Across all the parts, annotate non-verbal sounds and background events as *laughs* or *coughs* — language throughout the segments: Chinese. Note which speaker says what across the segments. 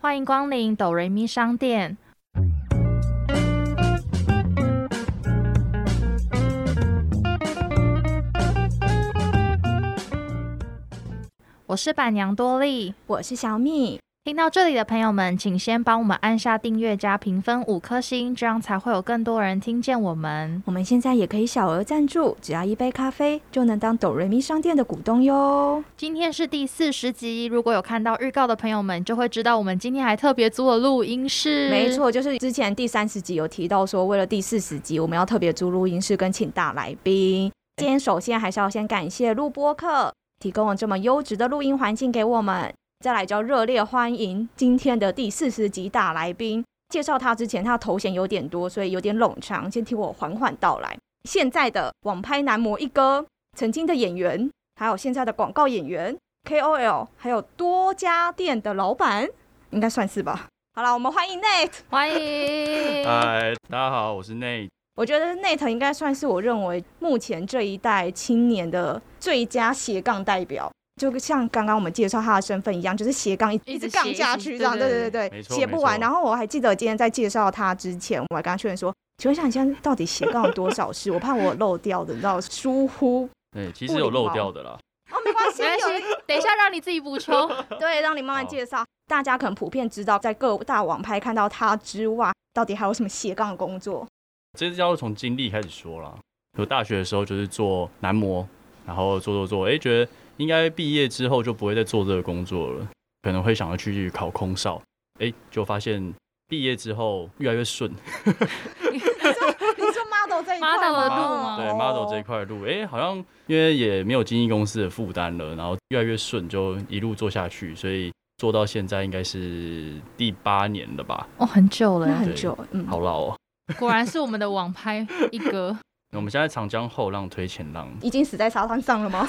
Speaker 1: 欢迎光临哆瑞咪商店。我是板娘多莉。
Speaker 2: 我是小米，
Speaker 1: 听到这里的朋友们，请先帮我们按下订阅加评分五颗星，这样才会有更多人听见我们。
Speaker 2: 我们现在也可以小额赞助，只要一杯咖啡就能当哆瑞咪商店的股东哟。
Speaker 1: 今天是第四十集，如果有看到预告的朋友们，就会知道我们今天还特别租了录音室。
Speaker 2: 没，错，就是之前第三十集有提到说，为了第四十集，我们要特别租录音室跟请大来宾。今天首先还是要先感谢录播客提供了这么优质的录音环境给我们，再来就要热烈欢迎今天的第四十集大来宾。介绍他之前，他的头衔有点多，所以有点冗长，先听我缓缓道来。现在的网拍男模一哥，曾经的演员，还有现在的广告演员、KOL，还有多家店的老板，应该算是吧。好了，我们欢迎 Nate。
Speaker 1: 欢迎。
Speaker 3: *laughs* 嗨，大家好，我是 Nate。
Speaker 2: 我觉得 Nate 应该算是我认为目前这一代青年的最佳斜杠代表，就像刚刚我们介绍他的身份一样，就是斜杠一
Speaker 1: 一直
Speaker 2: 一直杠
Speaker 1: 斜
Speaker 2: 下
Speaker 1: 一直
Speaker 2: 去这样，
Speaker 1: 对
Speaker 2: 对
Speaker 1: 对
Speaker 2: 对对对，
Speaker 3: 没错
Speaker 2: 斜不完。
Speaker 3: 没错
Speaker 2: 然后我还记得今天在介绍他之前，我还跟他确认说，请问一下你现在到底斜杠了多少 *laughs* 事？我怕我漏掉的，你知道疏忽。
Speaker 3: 对，哎其实有漏掉的啦。
Speaker 2: 哦，没关系，
Speaker 1: 没关系
Speaker 2: 有一，
Speaker 1: 等一下让你自己补
Speaker 2: *laughs*
Speaker 1: 充。
Speaker 2: 对，让你慢慢
Speaker 3: 好
Speaker 2: 介绍。大家可能普遍知道，在各大网拍看到他之外，到底还有什么斜杠工作？
Speaker 3: 这是要从经历开始说啦。我大学的时候就是做男模，然后做做做，哎、觉得应该毕业之后就不会再做这个工作了，可能会想要去考空少。哎、就发现毕业之后越来越顺，
Speaker 2: *laughs* 你说 model 这一块
Speaker 1: model 的
Speaker 2: 吗
Speaker 1: 路吗
Speaker 3: 对 model 这一块的路，哎、好像因为也没有经纪公司的负担了，然后越来越顺，就一路做下去，所以做到现在应该是第八年了吧，
Speaker 1: 哦，很久
Speaker 2: 那
Speaker 1: 了，
Speaker 2: 很久，嗯，
Speaker 3: 好老哦、
Speaker 1: 果然是我们的网拍一哥。
Speaker 3: 我们现在长江后浪推前浪，
Speaker 2: 已经死在沙滩上了吗？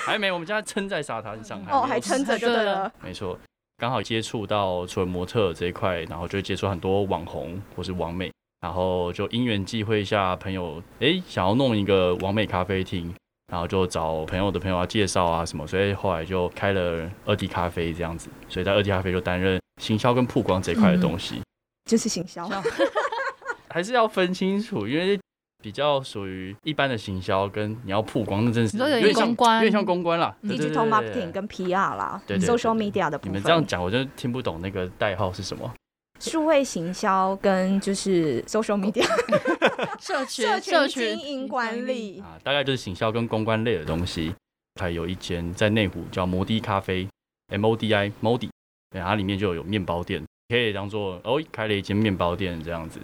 Speaker 3: 还没，我们现在撑在沙滩上。
Speaker 2: 哦，
Speaker 3: 没有
Speaker 2: 还撑着就对了。
Speaker 3: 没错，刚好接触到除了模特这一块，然后就会接触很多网红或是网美，然后就因缘际会下，朋友哎、诶想要弄一个网美咖啡厅，然后就找朋友的朋友啊介绍啊什么，所以后来就开了二 D 咖啡这样子，所以在二 D 咖啡就担任行销跟曝光这一块的东西，
Speaker 2: 就是行销，
Speaker 3: 还是要分清楚，因为。比较属于一般的行销，跟你要曝光的真是
Speaker 1: 你说有
Speaker 3: 点像
Speaker 1: 公关
Speaker 3: 有点像公关啦对对对
Speaker 2: ，digital
Speaker 3: 对对
Speaker 2: marketing 跟 PR 啦
Speaker 3: 对对对
Speaker 2: ，social
Speaker 3: 对
Speaker 2: media 的部
Speaker 3: 你
Speaker 2: 分。
Speaker 3: 们这样讲，我就听不懂那个代号是什么。
Speaker 2: 数位行销跟就是 social media
Speaker 1: 社
Speaker 2: *laughs* 社
Speaker 1: 群
Speaker 2: 群经营管。
Speaker 1: 嗯
Speaker 2: 理。
Speaker 3: 啊，大概就是行销跟公关类的东西。还有一间在内湖叫摩的咖啡 （MODI MODI），对，它里面就有面包店，可以当做哦开了一间面包店这样子。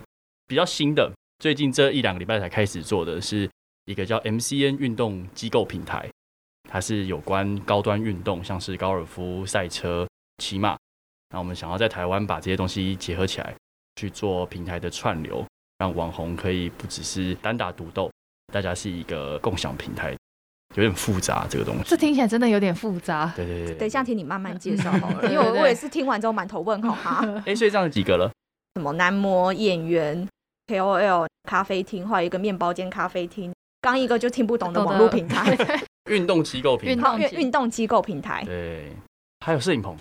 Speaker 3: 比较新的，最近这一两个礼拜才开始做的是一个叫 MCN 运动机构平台，它是有关高端运动，像是高尔夫、赛车、骑马。那我们想要在台湾把这些东西结合起来，去做平台的串流，让网红可以不只是单打独斗，大家是一个共享平台，有点复杂这个东西。
Speaker 1: 这听起来真的有点复杂。
Speaker 3: 对对对对，
Speaker 2: 等一下，听你慢慢介绍好了，
Speaker 1: 嗯
Speaker 2: 因为我
Speaker 1: 对对对
Speaker 2: 我也是听完之后满头问号哈，
Speaker 3: 哎，所以这样几个了？
Speaker 2: 什么男模、演员、KOL、咖啡厅，还有一个面包间咖啡厅，刚一个就听不懂的网络平台，
Speaker 3: 运动机构平
Speaker 1: 运
Speaker 3: 台，
Speaker 2: 好
Speaker 1: 动
Speaker 2: 运运动机构平台。
Speaker 3: 对，还有摄影棚，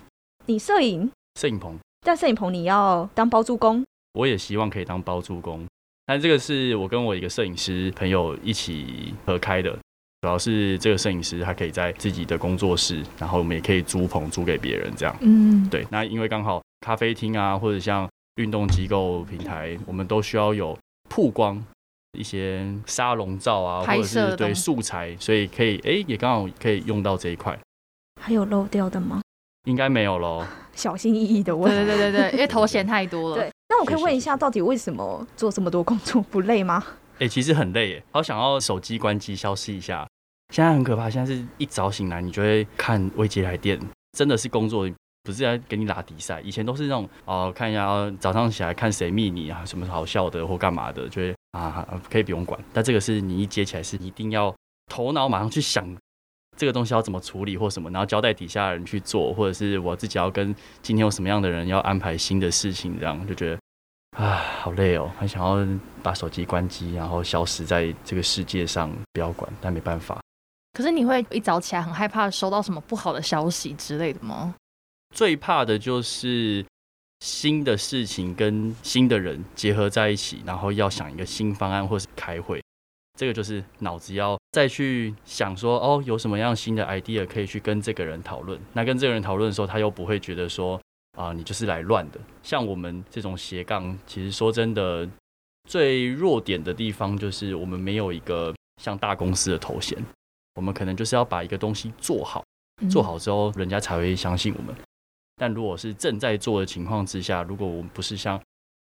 Speaker 2: 你摄影，
Speaker 3: 摄影棚
Speaker 2: 在摄影棚你要当包租公，
Speaker 3: 我也希望可以当包租公，但这个是我跟我一个摄影师朋友一起合开的。主要是这个摄影师他可以在自己的工作室，然后我们也可以租棚租给别人这样。
Speaker 1: 嗯， *laughs*
Speaker 3: 对，那因为刚好咖啡厅啊，或者像运动机构平台，我们都需要有曝光一些沙龙照啊，
Speaker 1: 拍
Speaker 3: 或者
Speaker 1: 摄的
Speaker 3: 是对
Speaker 1: 东西
Speaker 3: 素材，所以可以哎、诶也刚好可以用到这一块，
Speaker 2: 还有漏掉的吗？
Speaker 3: 应该没有喽。
Speaker 2: 小心翼翼的问。
Speaker 1: 对对对对对，因为头衔太多了。
Speaker 2: 对，那我可以
Speaker 3: 是是
Speaker 2: 问一下，到底为什么做这么多工作不累吗？
Speaker 3: 哎、其实很累耶，好想要手机关机消失一下。现在很可怕，现在是一早醒来，你就会看未接来电，真的是工作，不是在给你拉比赛。以前都是那种哦、看一下哦早上起来看谁密你啊，什么好笑的或干嘛的，就会啊啊可以不用管。但这个是你一接起来是一定要头脑马上去想这个东西要怎么处理或什么，然后交代底下的人去做，或者是我自己要跟今天有什么样的人要安排新的事情，这样就觉得。啊，好累哦，很想要把手机关机，然后消失在这个世界上，不要管，但没办法。
Speaker 1: 可是你会一早起来很害怕收到什么不好的消息之类的吗？
Speaker 3: 最怕的就是新的事情跟新的人结合在一起，然后要想一个新方案或是开会，这个就是脑子要再去想说，哦，有什么样新的 idea 可以去跟这个人讨论。那跟这个人讨论的时候，他又不会觉得说啊、你就是来乱的。像我们这种斜杠，其实说真的，最弱点的地方就是我们没有一个像大公司的头衔，我们可能就是要把一个东西做好。
Speaker 2: 嗯
Speaker 3: 做好之后，人家才会相信我们。但如果是正在做的情况之下，如果我们不是像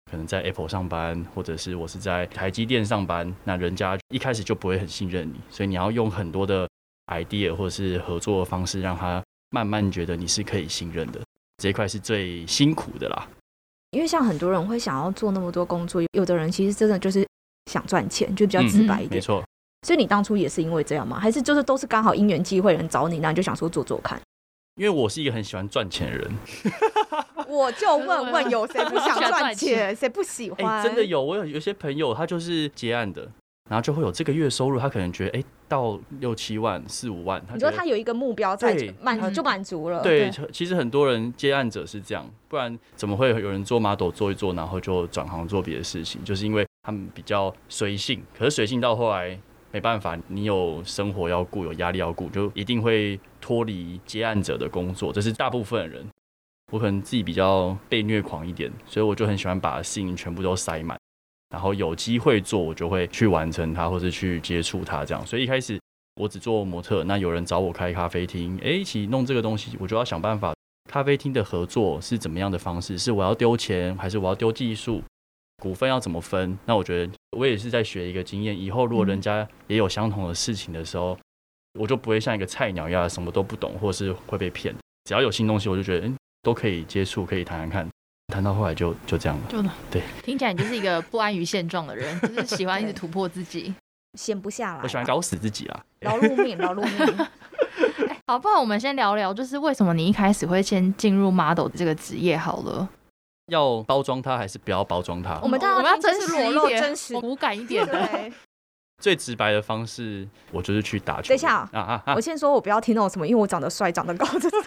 Speaker 3: 可能在 Apple 上班，或者是我是在台积电上班，那人家一开始就不会很信任你，所以你要用很多的 idea 或者是合作的方式，让他慢慢觉得你是可以信任的。这一块是最辛苦的啦。
Speaker 2: 因为像很多人会想要做那么多工作，有的人其实真的就是想赚钱，就比较直白一
Speaker 3: 嗯没
Speaker 2: 点。
Speaker 3: 错，
Speaker 2: 所以你当初也是因为这样吗？还是就是都是刚好因缘际会人找你，那你就想说做做看？
Speaker 3: 因为我是一个很喜欢赚钱的人。
Speaker 2: 我就问问有谁不想赚钱，谁不喜
Speaker 3: 哎、
Speaker 2: 欢？
Speaker 3: 真的有，我有有些朋友他就是接案的，然后就会有这个月收入，他可能觉得哎、到六七万、四五万，他
Speaker 2: 你
Speaker 3: 觉
Speaker 2: 说
Speaker 3: 得
Speaker 2: 他有一个目标在
Speaker 3: 对
Speaker 1: 他
Speaker 2: 满就满足了，
Speaker 3: 对，其实很多人接案者是这样，不然怎么会有人做 model 做一做，然后就转行做别的事情？就是因为他们比较随性，可是随性到后来没办法，你有生活要顾，有压力要顾，就一定会脱离接案者的工作，这是大部分人。我可能自己比较被虐狂一点，所以我就很喜欢把事情全部都塞满，然后有机会做，我就会去完成它，或是去接触它这样。所以一开始我只做模特，那有人找我开咖啡厅，诶，一起弄这个东西，我就要想办法，咖啡厅的合作是怎么样的方式？是我要丢钱，还是我要丢技术？股份要怎么分？那我觉得我也是在学一个经验，以后如果人家也有相同的事情的时候，我就不会像一个菜鸟一样什么都不懂，或是会被骗。只要有新东西，我就觉得嗯都可以接触，可以谈谈看，谈到后来就就这样了。
Speaker 1: 就
Speaker 3: 对，
Speaker 1: 听起来你就是一个不安于现状的人，就是喜欢一直突破自己。
Speaker 2: 闲不下来。
Speaker 3: 我喜欢搞死自己啊！
Speaker 2: 劳碌命，劳碌
Speaker 3: *laughs*
Speaker 2: 命。
Speaker 1: 好，不然我们先聊聊，就是为什么你一开始会先进入 model 这个职业好了。嗯
Speaker 3: 要包装它还是不要包装它？
Speaker 2: 我们当然
Speaker 1: 我们要
Speaker 2: 听就
Speaker 1: 真
Speaker 2: 是
Speaker 1: 实
Speaker 2: 裸
Speaker 1: 一
Speaker 2: 露
Speaker 1: 点，
Speaker 2: 真实
Speaker 1: 骨感一点的。
Speaker 2: 对，
Speaker 3: 最直白的方式，我就是去打球。
Speaker 2: 等一下
Speaker 3: 啊啊啊
Speaker 2: 我！先说，我不要听那种什么，因为我长得帅、长得高这种。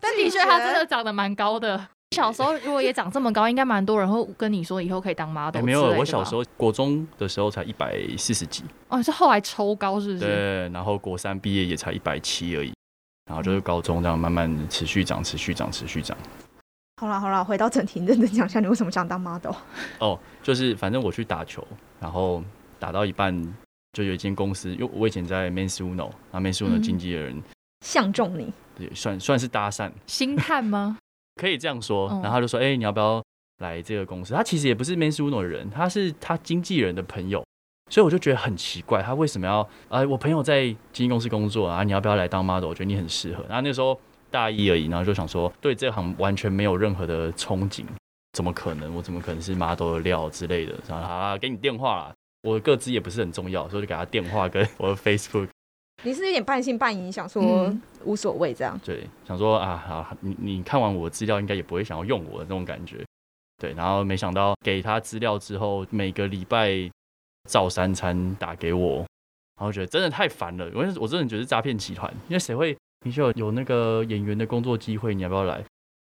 Speaker 1: 但的确，他真的长得蛮高的。小时候如果也长这么高，应该蛮多人会跟你说以后可以当 model 之类的
Speaker 3: 哎
Speaker 1: 吧、
Speaker 3: 没有，我小时候国中的时候才一百四十几，
Speaker 1: 哦，你是后来抽高是不是？
Speaker 3: 对，然后国三毕业也才一百七而已，然后就是高中这样慢慢持续涨，持续涨，持续涨。
Speaker 2: 好啦好啦，回到正题，认真讲一下你为什么想当 model。
Speaker 3: 哦，就是反正我去打球，然后打到一半就有一间公司，因为我以前在 Men's Uno，那 Men's Uno
Speaker 1: 嗯
Speaker 3: 经纪人、
Speaker 2: 相中你，
Speaker 3: 也算算是搭讪，
Speaker 1: 星探吗？
Speaker 3: 可以这样说。
Speaker 1: 嗯
Speaker 3: 然后他就说：“哎、你要不要来这个公司？”他其实也不是 Men's Uno 的人，他是他经纪人的朋友，所以我就觉得很奇怪，他为什么要？哎，我朋友在经纪公司工作啊，你要不要来当 model？我觉得你很适合。然后那时候大一而已，然后就想说，对这行完全没有任何的憧憬，怎么可能？我怎么可能是 model 的料之类的？然后好啦，给你电话啦。我的个资也不是很重要，所以我就给他电话跟 *laughs* 我的 Facebook
Speaker 2: 你是有点半信半疑，想说
Speaker 1: 嗯
Speaker 2: 无所谓这样。
Speaker 3: 对，想说啊，好，你你看完我的资料，应该也不会想要用我的那种感觉。对，然后没想到给他资料之后，每个礼拜照三餐打给我，然后觉得真的太烦了。我我真的觉得是诈骗集团，因为谁会你说有那个演员的工作机会，你要不要来？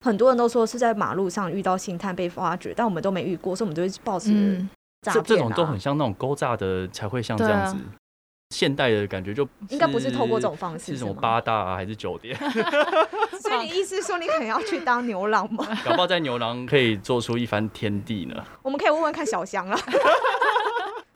Speaker 2: 很多人都说是在马路上遇到星探被发掘，但我们都没遇过，所以我们都会抱持
Speaker 1: *laughs* 嗯，
Speaker 2: 诈
Speaker 3: 这
Speaker 2: 骗、啊啊
Speaker 3: 这种都很像那种勾诈的，才会像这样子。
Speaker 1: 对
Speaker 3: 现代的感觉就
Speaker 2: 应该不是透过这种方式
Speaker 3: 是什么
Speaker 2: 吗
Speaker 3: 八大、啊、还是酒店？
Speaker 2: 所以你意思是说你可能要去当牛郎吗？
Speaker 3: *laughs* *laughs* 搞不好在牛郎可以做出一番天地呢。
Speaker 2: 我们可以问问看小香
Speaker 3: *laughs*
Speaker 2: 了。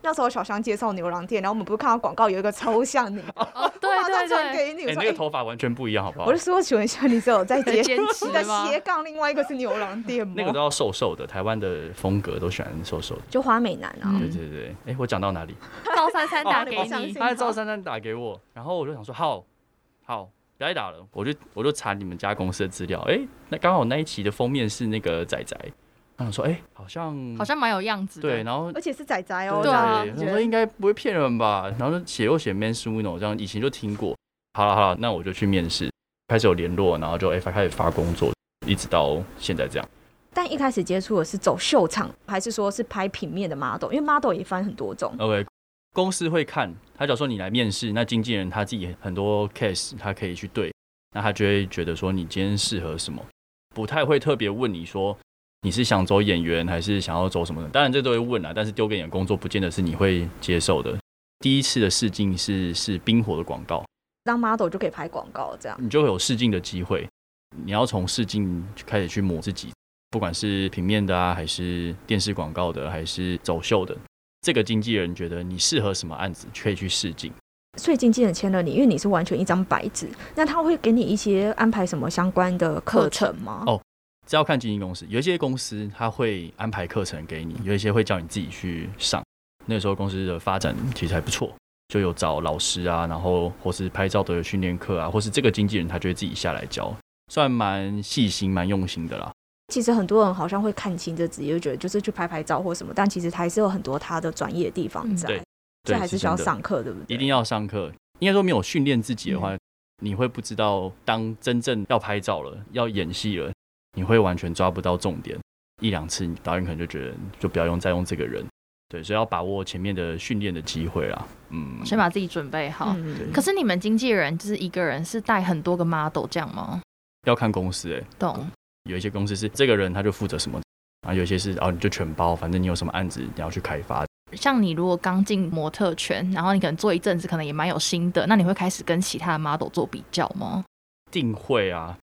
Speaker 2: 那时候小香介绍牛郎店，然后我们不是看到广告有一个抽象你，我
Speaker 1: 哦，对
Speaker 2: 马
Speaker 1: 对
Speaker 2: 上传
Speaker 1: 对，
Speaker 2: 给你，
Speaker 3: 哎、
Speaker 2: 我说
Speaker 3: 那个
Speaker 2: 哎
Speaker 3: 头发完全不一样，好不好
Speaker 2: 我就？说请问一下，你只有在接
Speaker 1: 兼职
Speaker 2: 你的
Speaker 1: 吗
Speaker 2: 斜杠，另外一个是牛郎店吗？
Speaker 3: 那个都要瘦瘦的，台湾的风格都喜欢瘦瘦的。
Speaker 2: 就花美男啊，
Speaker 1: 嗯
Speaker 3: 对对对，哎、我讲到哪里？
Speaker 1: 赵珊珊打给
Speaker 2: 我相
Speaker 1: 你
Speaker 2: 信，
Speaker 3: 他在赵珊珊打给我，然后我就想说，好，好，不要再打了，我就我就查你们家公司的资料，哎、那刚好那一期的封面是那个仔仔，他想说，哎、好像
Speaker 1: 好像蛮有样子的。
Speaker 3: 对，然后
Speaker 2: 而且是仔仔哦，
Speaker 1: 对啊
Speaker 2: 这样
Speaker 3: 我
Speaker 2: 子
Speaker 3: 说应该不会骗人吧？然后就写又写 Man Suno 这样，以前就听过。好了好了，那我就去面试，开始有联络，然后就哎、发开始发工作，一直到现在这样。
Speaker 2: 但一开始接触的是走秀场，还是说是拍平面的 model？因为 model 也分很多种，
Speaker 3: OK，公司会看，他假如说你来面试，那经纪人他自己很多 case 他可以去对，那他就会觉得说你今天适合什么。不太会特别问你说你是想走演员还是想要走什么的。当然这都会问啊啦，但是丢给你的工作不见得是你会接受的。第一次的试镜是是冰火的广告，
Speaker 2: 当 model 就可以拍广告这样。
Speaker 3: 你就会有试镜的机会。你要从试镜开始去磨自己，不管是平面的啊，还是电视广告的，还是走秀的。这个经纪人觉得你适合什么案子，可以去试镜。
Speaker 2: 所以经纪人签了你，因为你是完全一张白纸，那他会给你一些安排什么相关的课程吗？
Speaker 3: 哦这要看经纪公司，有一些公司他会安排课程给你，有一些会叫你自己去上。那时候公司的发展其实还不错，就有找老师啊，然后或是拍照的训练课啊，或是这个经纪人他就会自己下来教，算蛮细心、蛮用心的啦。
Speaker 2: 其实很多人好像会看清这职业，就觉得就是去拍拍照或什么，但其实还是有很多他的专业地方在，
Speaker 3: 嗯对
Speaker 2: 所
Speaker 3: 对
Speaker 2: 以还是
Speaker 3: 是
Speaker 2: 需要
Speaker 3: 真的
Speaker 2: 上课，对不对？
Speaker 3: 一定要上课。应该说没有训练自己的话，你会不知道当真正要拍照了、要演戏了，你会完全抓不到重点。一两次，导演可能就觉得就不要用再用这个人。对，所以要把握前面的训练的机会啦。嗯，
Speaker 1: 先把自己准备好。
Speaker 2: 嗯
Speaker 1: 可是你们经纪人就是一个人是带很多个 model 这样吗？
Speaker 3: 要看公司诶、欸
Speaker 1: 懂？
Speaker 3: 有一些公司是这个人他就负责什么，然后有一些是哦你就全包，反正你有什么案子你要去开发。
Speaker 1: 像你如果刚进模特圈，然后你可能做一阵子，可能也蛮有心得，那你会开始跟其他的 model 做比较吗？
Speaker 3: 定会啊，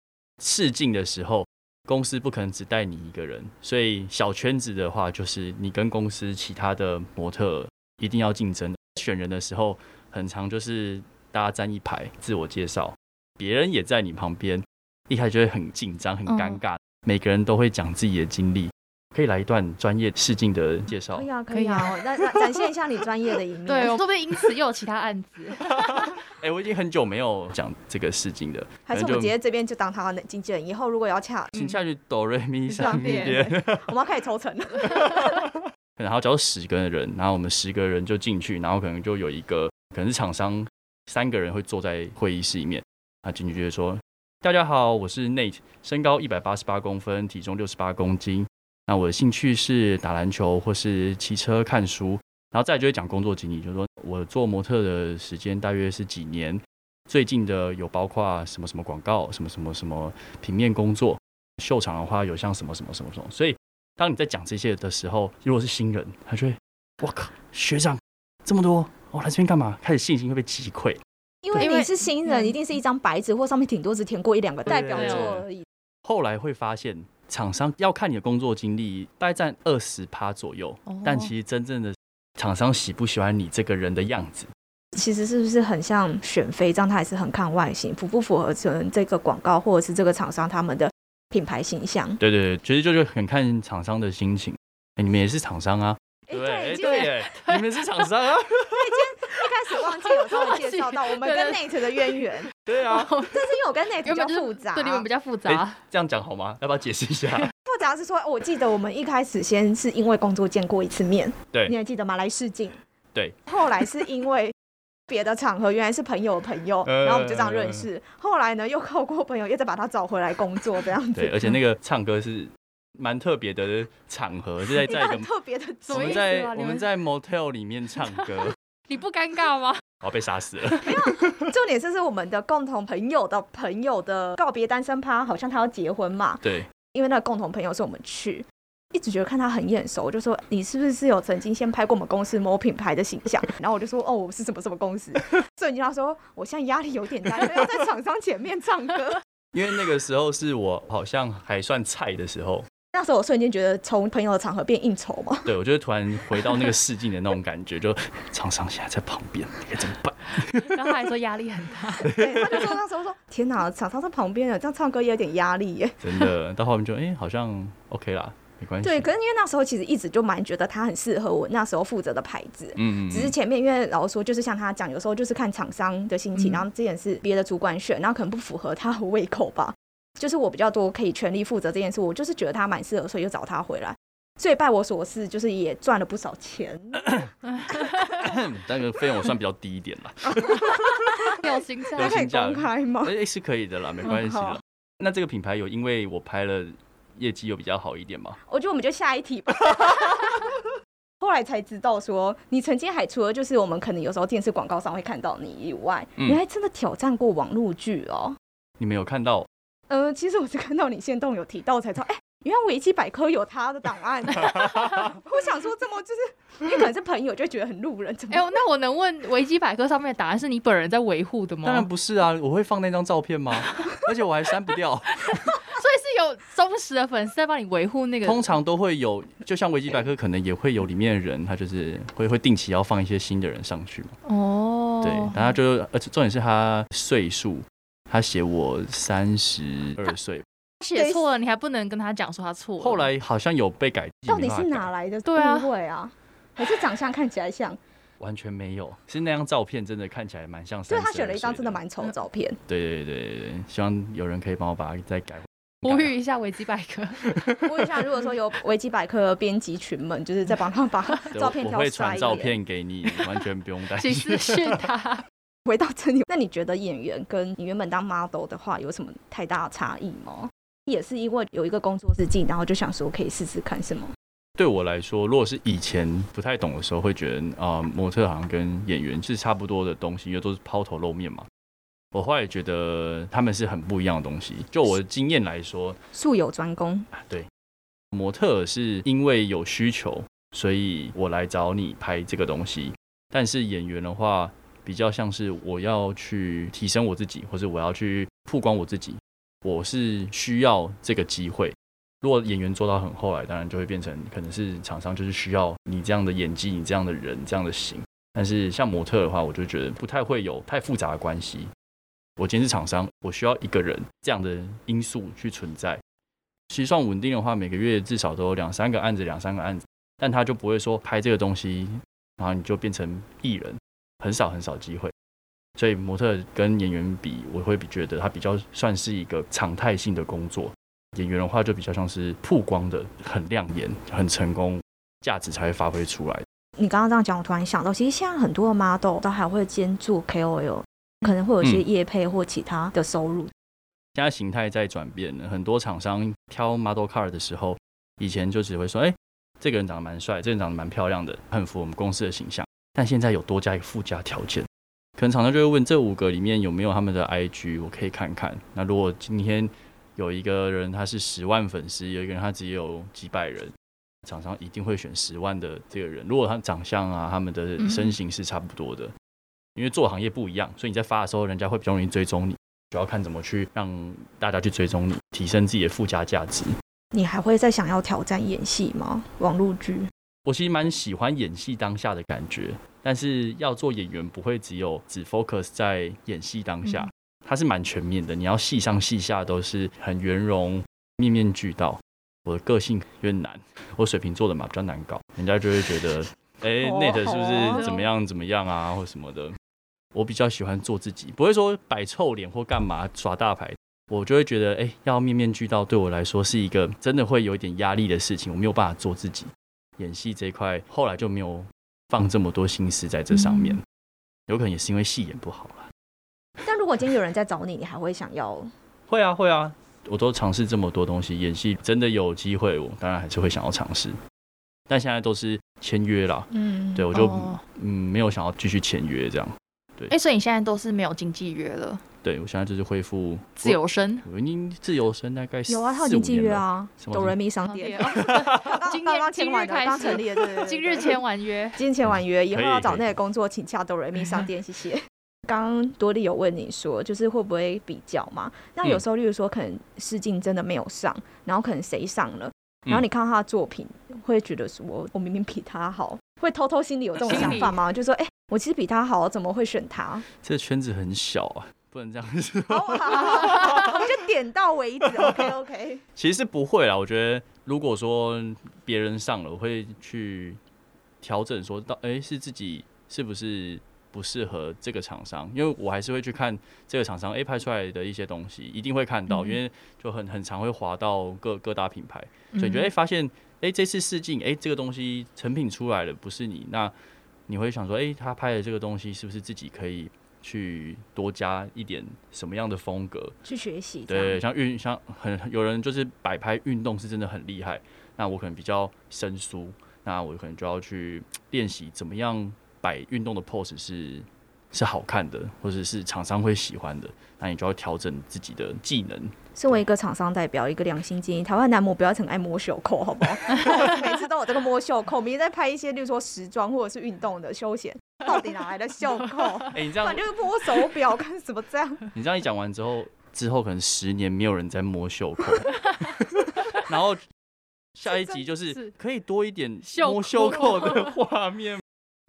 Speaker 3: 试镜的时候，公司不可能只带你一个人，所以小圈子的话，就是你跟公司其他的模特一定要竞争。选人的时候，很常就是大家站一排自我介绍，别人也在你旁边，一开始就会很紧张、很尴尬，每个人都会讲自己的经历。可以来一段专业试镜的介绍
Speaker 2: 可，以啊，可
Speaker 1: 可
Speaker 2: 以
Speaker 1: 以
Speaker 2: 啊
Speaker 1: 啊，
Speaker 2: 那那展现一下你专业的一
Speaker 1: *laughs*
Speaker 2: 面。
Speaker 1: 对，，说不定因此又有其他案子。
Speaker 3: 哎、我已经很久没有讲这个试镜的， *laughs*
Speaker 2: 还是我们直接这边就当他的经纪人，以后如果要
Speaker 1: *laughs*
Speaker 2: 洽，
Speaker 3: 请下去哆瑞咪
Speaker 2: 上
Speaker 3: 上咪
Speaker 2: 面
Speaker 3: 点。
Speaker 2: *laughs* 我们要开始抽成了。
Speaker 3: 然后假如十个人，然后我们十个人就进去，然后可能就有一个可能是厂商三个人会坐在会议室里面，啊，进去就会说：“大家好，我是 Nate，身高一百八十八公分，体重六十八公斤。那我的兴趣是打篮球或是骑车、看书。然后再来就会讲工作经历，就是说我做模特的时间大约是几年，最近的有包括什么什么广告、什么什么什么平面工作，秀场的话有像什么什么什么什么，所以。当你在讲这些的时候，如果是新人，他就会，我靠，学长这么多，我来这边干嘛？开始信心会被击溃。
Speaker 2: 因为
Speaker 1: 因
Speaker 2: 你
Speaker 1: 为
Speaker 2: 是新人，
Speaker 1: 嗯
Speaker 2: 一定是一张白纸，或上面顶多只填过一两个代表作而已。
Speaker 3: 后来会发现，厂商要看你的工作经历，大概占二十趴左右，
Speaker 1: *laughs* 哦 *laughs*
Speaker 3: 但其实真正的厂商喜不喜欢你这个人的样子，
Speaker 2: 其实是不是很像选妃这样？他还是很看外形，符不符合成这个广告或者是这个厂商他们的品牌形象。
Speaker 3: 对对对，其实就是很看厂商的心情。哎，你们也是厂商啊？
Speaker 2: 哎
Speaker 3: 哎
Speaker 2: 对，今
Speaker 3: 对
Speaker 2: 天 *laughs*
Speaker 3: 耶，你们是厂商啊？
Speaker 2: 一开始忘记有稍微介绍到我们
Speaker 1: *laughs* 对
Speaker 2: 跟
Speaker 1: 对
Speaker 2: Nate 的渊源，
Speaker 1: *laughs*
Speaker 3: 对啊，
Speaker 2: *laughs* 但是因为我跟 Nate 比
Speaker 1: 原本
Speaker 2: 较
Speaker 1: 就是
Speaker 2: 复杂，
Speaker 1: 对你们比较复杂，
Speaker 3: 哎这样讲好吗？要不要解释一
Speaker 2: *laughs*
Speaker 3: 下？
Speaker 2: 复杂是说，我记得我们一开始先是因为工作见过一次面，
Speaker 3: 对
Speaker 2: 你还记得吗？来试镜，
Speaker 3: 对，
Speaker 2: 后来是因为别的场合，原来是朋友的朋友，
Speaker 3: 呃
Speaker 2: 然后我们就这样认识。后来呢，又靠过朋友，又再把他找回来工作这样子。
Speaker 3: 对，而且那个唱歌是蛮特别的场
Speaker 2: *laughs*
Speaker 3: 合，是在
Speaker 2: 你
Speaker 3: 在一个
Speaker 2: 很特别的职
Speaker 1: 什
Speaker 3: 我
Speaker 1: 么
Speaker 3: 们
Speaker 1: 意
Speaker 2: 业
Speaker 1: 思
Speaker 3: 在
Speaker 1: 啊
Speaker 3: 我
Speaker 1: 你
Speaker 3: 们
Speaker 1: 们
Speaker 3: 在 motel 里面唱歌，
Speaker 1: *laughs* 你不尴尬吗？
Speaker 3: 我要被杀死了。
Speaker 2: 重点是是我们的共同朋友的朋友的告别单身趴，好像他要结婚嘛，
Speaker 3: 对，
Speaker 2: 因为那个共同朋友是我们去。一直觉得看他很眼熟，我就说你是不是有曾经先拍过我们公司某品牌的形象？然后我就说哦，我是什么什么公司。瞬间他说我现在压力有点大，因为要在厂商前面唱歌。
Speaker 3: 因为那个时候是我好像还算菜的时候，
Speaker 2: 那时候我瞬间觉得从朋友的场合变应酬嘛，
Speaker 3: 对我就突然回到那个试镜的那种感觉，就厂商现在在旁边，该怎么办？
Speaker 1: 然后还说压力很大，
Speaker 2: 对， *laughs* 他就说那时候说天哪，厂商在旁边了，这样唱歌也有点压力耶。
Speaker 3: 真的，到后面就哎、好像 OK 啦，没关系。
Speaker 2: 对，可是因为那时候其实一直就蛮觉得他很适合我那时候负责的牌子，
Speaker 3: 嗯，嗯嗯，
Speaker 2: 只是前面因为老实说，就是像他讲，有时候就是看厂商的心情，
Speaker 1: 嗯
Speaker 2: 然后之前是别的主管选，然后可能不符合他的胃口吧。就是我比较多可以全力负责这件事，我就是觉得他蛮适合，所以就找他回来。所以拜我所赐，就是也赚了不少钱。
Speaker 3: *coughs* 但是费用我算比较低一点啦，
Speaker 1: 有形象
Speaker 3: 有
Speaker 2: 那。可以
Speaker 3: 薪假
Speaker 2: 公开吗
Speaker 3: 哎、？是可以的啦，没关系
Speaker 2: 哦嗯
Speaker 3: 啦
Speaker 2: 好。
Speaker 3: 那这个品牌有因为我拍了业绩有比较好一点嘛？
Speaker 2: 我觉得我们就下一题吧。 *laughs* 后来才知道说，你曾经还除了就是我们可能有时候电视广告上会看到你以外，
Speaker 3: 嗯
Speaker 2: 你还真的挑战过网络剧哦。
Speaker 3: 你们有看到
Speaker 2: 呃，其实我是看到你线动有提到，我才知道，哎、原来维基百科有他的档
Speaker 3: *laughs*
Speaker 2: 案。我想说，这么就是，因为可能是朋友就觉得很路人，怎么
Speaker 4: 哎、那我能问维基百科上面的答案是你本人在维护的吗？
Speaker 3: 当然不是啊，我会放那张照片吗？ *laughs* 而且我还删不掉。
Speaker 4: 所以是有忠实的粉丝在帮你维护那个。
Speaker 3: 通常都会有，就像维基百科可能也会有里面的人，他就是会会定期要放一些新的人上去嘛。
Speaker 4: 哦，
Speaker 3: 对，然后他就而且重点是他岁数，他写我三十二岁，
Speaker 4: 写错了，你还不能跟他讲说他错了。
Speaker 3: 后来好像有被改，
Speaker 2: 到底是
Speaker 3: 没办法
Speaker 2: 哪
Speaker 3: 改？
Speaker 2: 来的
Speaker 4: 对啊
Speaker 2: 误会啊？还是长相看起来像？
Speaker 3: 完全没有，是那张照片真的看起来蛮像32岁。
Speaker 2: 对他选了一张真的……蛮丑的照片，
Speaker 3: 对对对对对，希望有人可以帮我把它再改。
Speaker 4: 呼吁一下维基百科，
Speaker 2: *laughs* 我也想，如果说有 *laughs* 维基百科的编辑群们，就是在帮他们把
Speaker 3: 对
Speaker 2: 照片
Speaker 3: 我我
Speaker 2: 挑
Speaker 3: 会
Speaker 2: 帅
Speaker 3: 传
Speaker 2: 一
Speaker 3: 照
Speaker 2: 点。
Speaker 3: 片给你，完全不用担
Speaker 4: 请
Speaker 3: 心。
Speaker 4: 私讯他。
Speaker 2: 回到正题， *laughs* 那你觉得演员跟你原本当 model 的话有什么太大的差异吗？也是因为有一个工作日记，然后就想说可以试试看什么。
Speaker 3: 对我来说，如果是以前不太懂的时候，会觉得啊、呃模特好像跟演员是差不多的东西，因为都是抛头露面嘛。我后来觉得他们是很不一样的东西。就我的经验来说，
Speaker 2: 术有专攻，
Speaker 3: 啊，对，模特是因为有需求，所以我来找你拍这个东西。但是演员的话，比较像是我要去提升我自己，或者我要去曝光我自己，我是需要这个机会。如果演员做到很后来，当然就会变成可能是厂商就是需要你这样的演技、你这样的人、这样的型。但是像模特的话，我就觉得不太会有太复杂的关系。我今天是厂商，我需要一个人这样的因素去存在。其实算稳定的话，每个月至少都有两三个案子，两三个案子，但他就不会说拍这个东西，然后你就变成艺人，很少很少机会。所以模特跟演员比，我会比觉得他比较算是一个常态性的工作。演员的话就比较像是曝光的，很亮眼，很成功，价值才会发挥出来。
Speaker 2: 你刚刚这样讲，我突然想到，其实现在很多的 model 都还会兼做 KOL，可能会有一些
Speaker 3: 嗯
Speaker 2: 业配或其他的收入。
Speaker 3: 现在形态在转变了，很多厂商挑 model car 的时候，以前就只会说，哎、这个人长得蛮帅，这个人长得蛮漂亮的，很符合我们公司的形象。但现在有多加一个附加条件，可能厂商就会问这五个里面有没有他们的 IG，我可以看看。那如果今天有一个人他是十万粉丝，有一个人他只有几百人，厂商一定会选十万的这个人。如果他长相啊，他们的身形是差不多的，因为做行业不一样，所以你在发的时候，人家会比较容易追踪你。主要看怎么去让大家去追踪你，提升自己的附加价值。
Speaker 2: 你还会再想要挑战演戏吗？网络剧？
Speaker 3: 我其实蛮喜欢演戏当下的感觉，但是要做演员不会只有只 focus 在演戏当下，它是蛮全面的，你要戏上戏下都是很圆融、面面俱到。我的个性有点难，我水瓶座的嘛比较难搞，人家就会觉得，哎、
Speaker 2: 哦
Speaker 3: n e t
Speaker 2: 好
Speaker 3: 是不
Speaker 2: 哦
Speaker 3: 是怎么样怎么样啊，或什么的。我比较喜欢做自己，不会说摆臭脸或干嘛耍大牌，我就会觉得，哎、要面面俱到对我来说是一个真的会有一点压力的事情，我没有办法做自己。演戏这一块后来就没有放这么多心思在这上面，有可能也是因为戏演不好了。
Speaker 2: 但如果今天有人在找你，你还会想要？
Speaker 3: 会啊，会啊，我都尝试这么多东西，演戏真的有机会，我当然还是会想要尝试。但现在都是签约啦，
Speaker 4: 嗯
Speaker 3: *laughs* 对我就、
Speaker 4: 哦
Speaker 3: 嗯没有想要继续签约这样。
Speaker 4: 哎、所以你现在都是没有经纪约了，
Speaker 3: 对我现在就是恢复
Speaker 4: 自，由身。
Speaker 3: 我我已经自由身大概
Speaker 2: 有啊，他有
Speaker 3: 四五
Speaker 2: 经纪
Speaker 3: 年
Speaker 2: 约
Speaker 3: 了，
Speaker 2: 啊，
Speaker 3: 什么
Speaker 2: 哆瑞咪
Speaker 4: 哦
Speaker 2: 商店， *laughs* 刚刚刚签完的，刚成立的，对对对对
Speaker 4: 今日签完约，
Speaker 2: 今天签完约，以后
Speaker 3: *laughs* 可以
Speaker 2: 要找那个工作，请洽哆瑞咪商店，谢谢。 *laughs* 刚刚多利有问你说，就是会不会比较嘛？
Speaker 3: 嗯
Speaker 2: 那有时候，例如说，可能试镜真的没有上，然后可能谁上了，
Speaker 3: 嗯
Speaker 2: 然后你看到他的作品，会觉得说，我明明比他好，会偷偷心里有这种
Speaker 4: 心
Speaker 2: 想
Speaker 4: 里
Speaker 2: 法吗？就说，哎、我其实比他好，怎么会选他？
Speaker 3: *laughs*
Speaker 2: *laughs*
Speaker 3: 这圈子很小啊，不能这样说。
Speaker 2: 好，好好好我们就点到为止，OK
Speaker 3: *laughs*
Speaker 2: OK。
Speaker 3: 其实是不会啦，我觉得如果说别人上了，我会去调整说到，哎、是自己是不是不适合这个厂商？因为我还是会去看这个厂商哎、诶拍出来的一些东西，一定会看到，因为就很很常会滑到各各大品牌，
Speaker 1: 嗯
Speaker 3: 所以你觉得
Speaker 4: 嗯
Speaker 3: 哎、诶发现哎、诶这次试镜哎、诶这个东西成品出来了不是你，那你会想说哎、诶他拍的这个东西是不是自己可以去多加一点什么样的风格？
Speaker 2: 去学习。
Speaker 3: 对，，像运像很有人就是摆拍运动是真的很厉害，那我可能比较生疏，那我可能就要去练习怎么样摆运动的 pose 是是好看的，或者是厂商会喜欢的，那你就要调整自己的技能。
Speaker 2: 身为一个厂商代表，一个良心建议，台湾男模不要很爱摸袖扣，好不 *laughs* 好？每次都有这个摸袖扣，明明在拍一些，例如说时装或者是运动的休闲，到底哪来的袖
Speaker 3: *laughs*
Speaker 2: 扣？
Speaker 3: 哎、你这
Speaker 2: 不
Speaker 3: 样
Speaker 2: 然就是摸手表，看什么这样？
Speaker 3: 你这样一讲完之后，之后可能十年没有人在摸袖扣， *laughs* 然后下一集就是是
Speaker 4: 是
Speaker 3: 可以多一点
Speaker 4: 袖
Speaker 3: 摸
Speaker 4: 扣
Speaker 3: 袖扣的
Speaker 2: *laughs*
Speaker 3: 画面。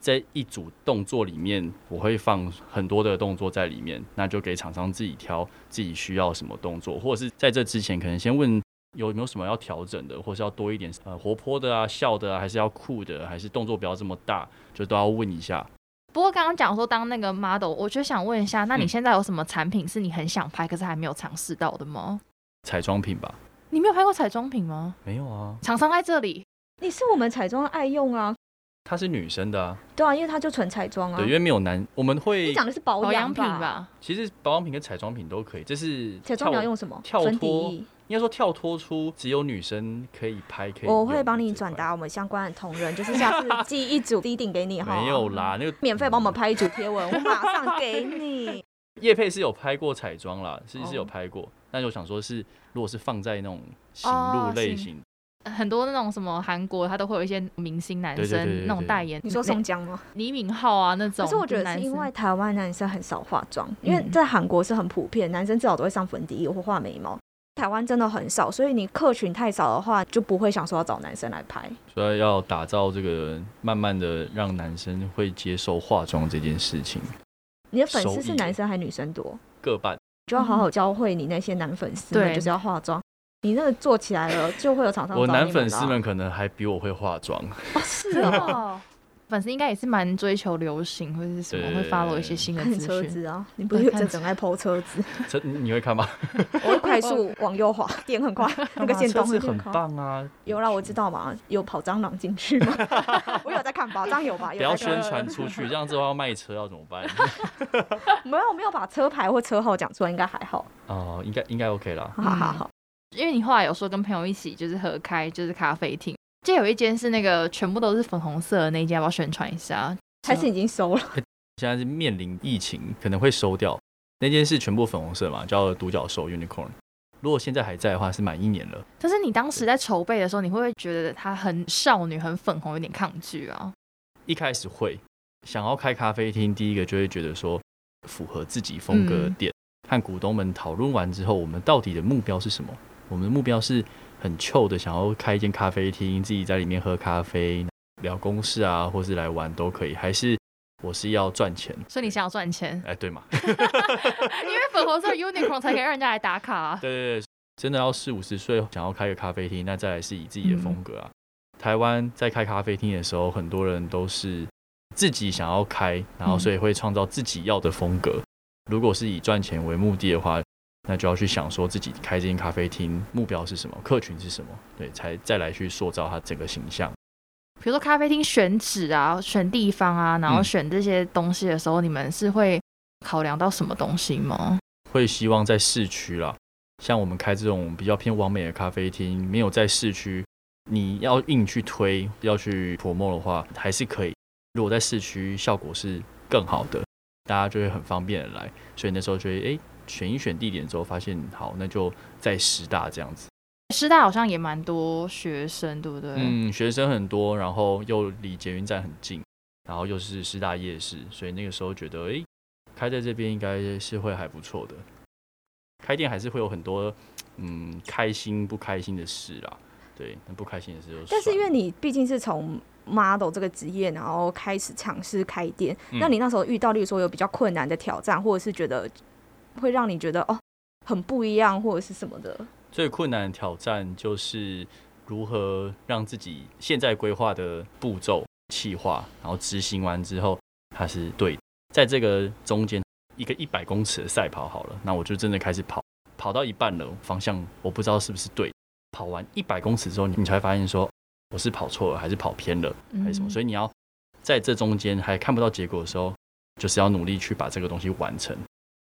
Speaker 3: 在一组动作里面，我会放很多的动作在里面，那就给厂商自己挑自己需要什么动作，或者是在这之前可能先问有没有什么要调整的，或是要多一点呃活泼的啊、笑的啊，还是要酷的，还是动作不要这么大，就都要问一下。
Speaker 1: 不过刚刚讲说当那个 model，我就想问一下，那
Speaker 3: 嗯
Speaker 1: 你现在有什么产品是你很想拍，可是还没有尝试到的吗？
Speaker 3: 彩妆品吧？
Speaker 1: 你没有拍过彩妆品吗？
Speaker 3: 没有啊，
Speaker 1: 厂商在这里，
Speaker 2: 你是我们彩妆的爱用啊，
Speaker 3: 它是女生的啊。
Speaker 2: 对啊，因为它就纯彩妆啊
Speaker 3: 对，。因为没有男，我们
Speaker 2: 你
Speaker 3: 会
Speaker 2: 讲的是保
Speaker 1: 保养哦品
Speaker 2: 吧？
Speaker 1: 吧？
Speaker 3: 其实保养品跟彩妆品都可以，这是
Speaker 2: 彩妆你
Speaker 3: 跳
Speaker 2: 要用什么？
Speaker 3: 跳
Speaker 2: 粉底
Speaker 3: 脱
Speaker 2: 液
Speaker 3: 应该说跳脱出只有女生可以拍，可以
Speaker 2: 我
Speaker 3: 用
Speaker 2: 会帮
Speaker 3: 的
Speaker 2: 你
Speaker 3: 这
Speaker 2: 转
Speaker 3: 块。
Speaker 2: 达我们相关的同仁，就是下次寄一组低定给
Speaker 3: *laughs*
Speaker 2: 你哈。
Speaker 3: 没有啦，那
Speaker 2: 嗯
Speaker 3: 个嗯
Speaker 2: 免费帮我们拍一组贴文，我马上给你。
Speaker 3: 叶佩是有拍过彩妆啦，是
Speaker 2: 哦
Speaker 3: 是有拍过，但是我想说是，如果是放在那种行
Speaker 1: 哦
Speaker 3: 路类
Speaker 1: 行
Speaker 3: 型，
Speaker 1: 很多那种什么韩国，他都会有一些明星男
Speaker 3: 对对对对
Speaker 1: 生
Speaker 3: 对
Speaker 1: 那种代言，
Speaker 2: 你说宋江吗？
Speaker 1: 李敏镐啊那种。
Speaker 2: 可是我觉得
Speaker 1: 男
Speaker 2: 是
Speaker 1: 生
Speaker 2: 因为台湾男生很少化妆，因
Speaker 3: 嗯
Speaker 2: 为在韩国是很普遍，男生至少都会上粉底液或画眉毛。台湾真的很少，所以你客群太少的话，就不会想说要找男生来拍。
Speaker 3: 所以要打造这个慢慢的让男生会接受化妆这件事情，
Speaker 2: 你的粉
Speaker 3: 手
Speaker 2: 丝
Speaker 3: 艺嗯
Speaker 2: 是男生还是女生多？
Speaker 3: 各半。
Speaker 2: 就要好好教会你那些男粉丝们，
Speaker 1: 对
Speaker 2: 就是要化妆。你那个做起来了，就会有厂商找
Speaker 3: 我
Speaker 2: 你
Speaker 3: 男粉丝
Speaker 2: 了
Speaker 3: 们可能还比我会化妆， *laughs*
Speaker 2: 哦是
Speaker 1: 真的
Speaker 2: 哦，
Speaker 1: 哦，粉丝应该也是蛮追求流行或者是什么，
Speaker 3: 对
Speaker 1: 会 follow 一些新的
Speaker 2: 看
Speaker 1: 资
Speaker 2: *laughs* 车
Speaker 1: 讯。
Speaker 2: 子啊，你不是有一阵子很爱抛车
Speaker 3: *laughs*
Speaker 2: 子？
Speaker 3: 这你你会
Speaker 2: *laughs*
Speaker 3: 看吗？
Speaker 2: 我会快速往右
Speaker 3: *laughs*
Speaker 2: 滑，点很快，那个线
Speaker 3: 车
Speaker 2: 动
Speaker 3: 子
Speaker 2: 变
Speaker 3: 很
Speaker 2: 快。
Speaker 3: 棒啊！
Speaker 2: 有啦，我知道嘛，有跑蟑螂进去
Speaker 3: *laughs*
Speaker 2: 吗？我有在看吧，蟑螂有吧？有
Speaker 3: 不要
Speaker 2: 在看
Speaker 3: 宣传
Speaker 2: *laughs*
Speaker 3: 出去，这样之后要卖车要怎么办？
Speaker 2: 没有没有把车牌或车号讲出来，应该还好。
Speaker 3: 哦，应该应该 OK 啦。
Speaker 2: 哈哈哈。
Speaker 1: 因为你后来有说跟朋友一起就是合开就是咖啡厅，这有一间是那个全部都是粉红色的那一家，要不要宣传一下？
Speaker 2: 还是已经收了，
Speaker 3: 现在是啊面临疫情，可能会收掉那件事，全部粉红色嘛，叫独角兽 Unicorn。如果现在还在的话，是满一年了。
Speaker 1: 但是你当时在筹备的时候，你会不会觉得它很少女、很粉红，有点抗拒啊？
Speaker 3: 一开始会想要开咖啡厅，第一个就会觉得说符合自己风格的店，和股东们讨论完之后，我们到底的目标是什么？我们的目标是很臭的，想要开一间咖啡厅，自己在里面喝咖啡、聊公事啊，或是来玩都可以，还是我是要赚钱？
Speaker 1: 所以你想要赚钱，
Speaker 3: 哎，对嘛？
Speaker 1: 因为粉红色 unicorn 才可以让人家来打卡、 *laughs* 啊。
Speaker 3: 对对对，真的要四五十岁想要开个咖啡厅，那再来是以自己的风格啊。台湾在开咖啡厅的时候，很多人都是自己想要开，然后所以会创造自己要的风格。如果是以赚钱为目的的话，那就要去想说自己开这间咖啡厅目标是什么，客群是什么，对，才再来去塑造它整个形象。
Speaker 1: 比如说咖啡厅选址啊、选地方啊，然后选这些东西的时候，你们是会考量到什么东西吗？
Speaker 3: 会希望在市区啦，像我们开这种比较偏完美的咖啡厅，没有在市区，你要硬去推、要去 promo 的话，还是可以。如果在市区，效果是更好的，大家就会很方便的来。所以那时候就会哎、诶选一选地点之后，发现好，那就在师大这样子。
Speaker 1: 师大好像也蛮多学生，对不对？
Speaker 3: 嗯，学生很多，然后又离捷运站很近，然后又是师大夜市，所以那个时候觉得，哎、开在这边应该是会还不错的。开店还是会有很多，嗯，开心不开心的事啦。对，那不开心的事就
Speaker 2: 但是
Speaker 3: 算
Speaker 2: 因为
Speaker 3: 了
Speaker 2: 你毕竟是从 model 这个职业，然后开始尝试开店，
Speaker 3: 嗯
Speaker 2: 那你那时候遇到，例如说有比较困难的挑战，或者是觉得会让你觉得哦很不一样，或者是什么的，
Speaker 3: 最困难的挑战就是如何让自己现在规划的步骤、计划，然后执行完之后它是对的。在这个中间，一个一百公尺的赛跑好了，那我就真的开始跑，跑到一半了，方向我不知道是不是对。跑完一百公尺之后，你你才会发现说我是跑错了，还是跑偏了，
Speaker 1: 嗯
Speaker 3: 还是什么。所以你要在这中间还看不到结果的时候，就是要努力去把这个东西完成，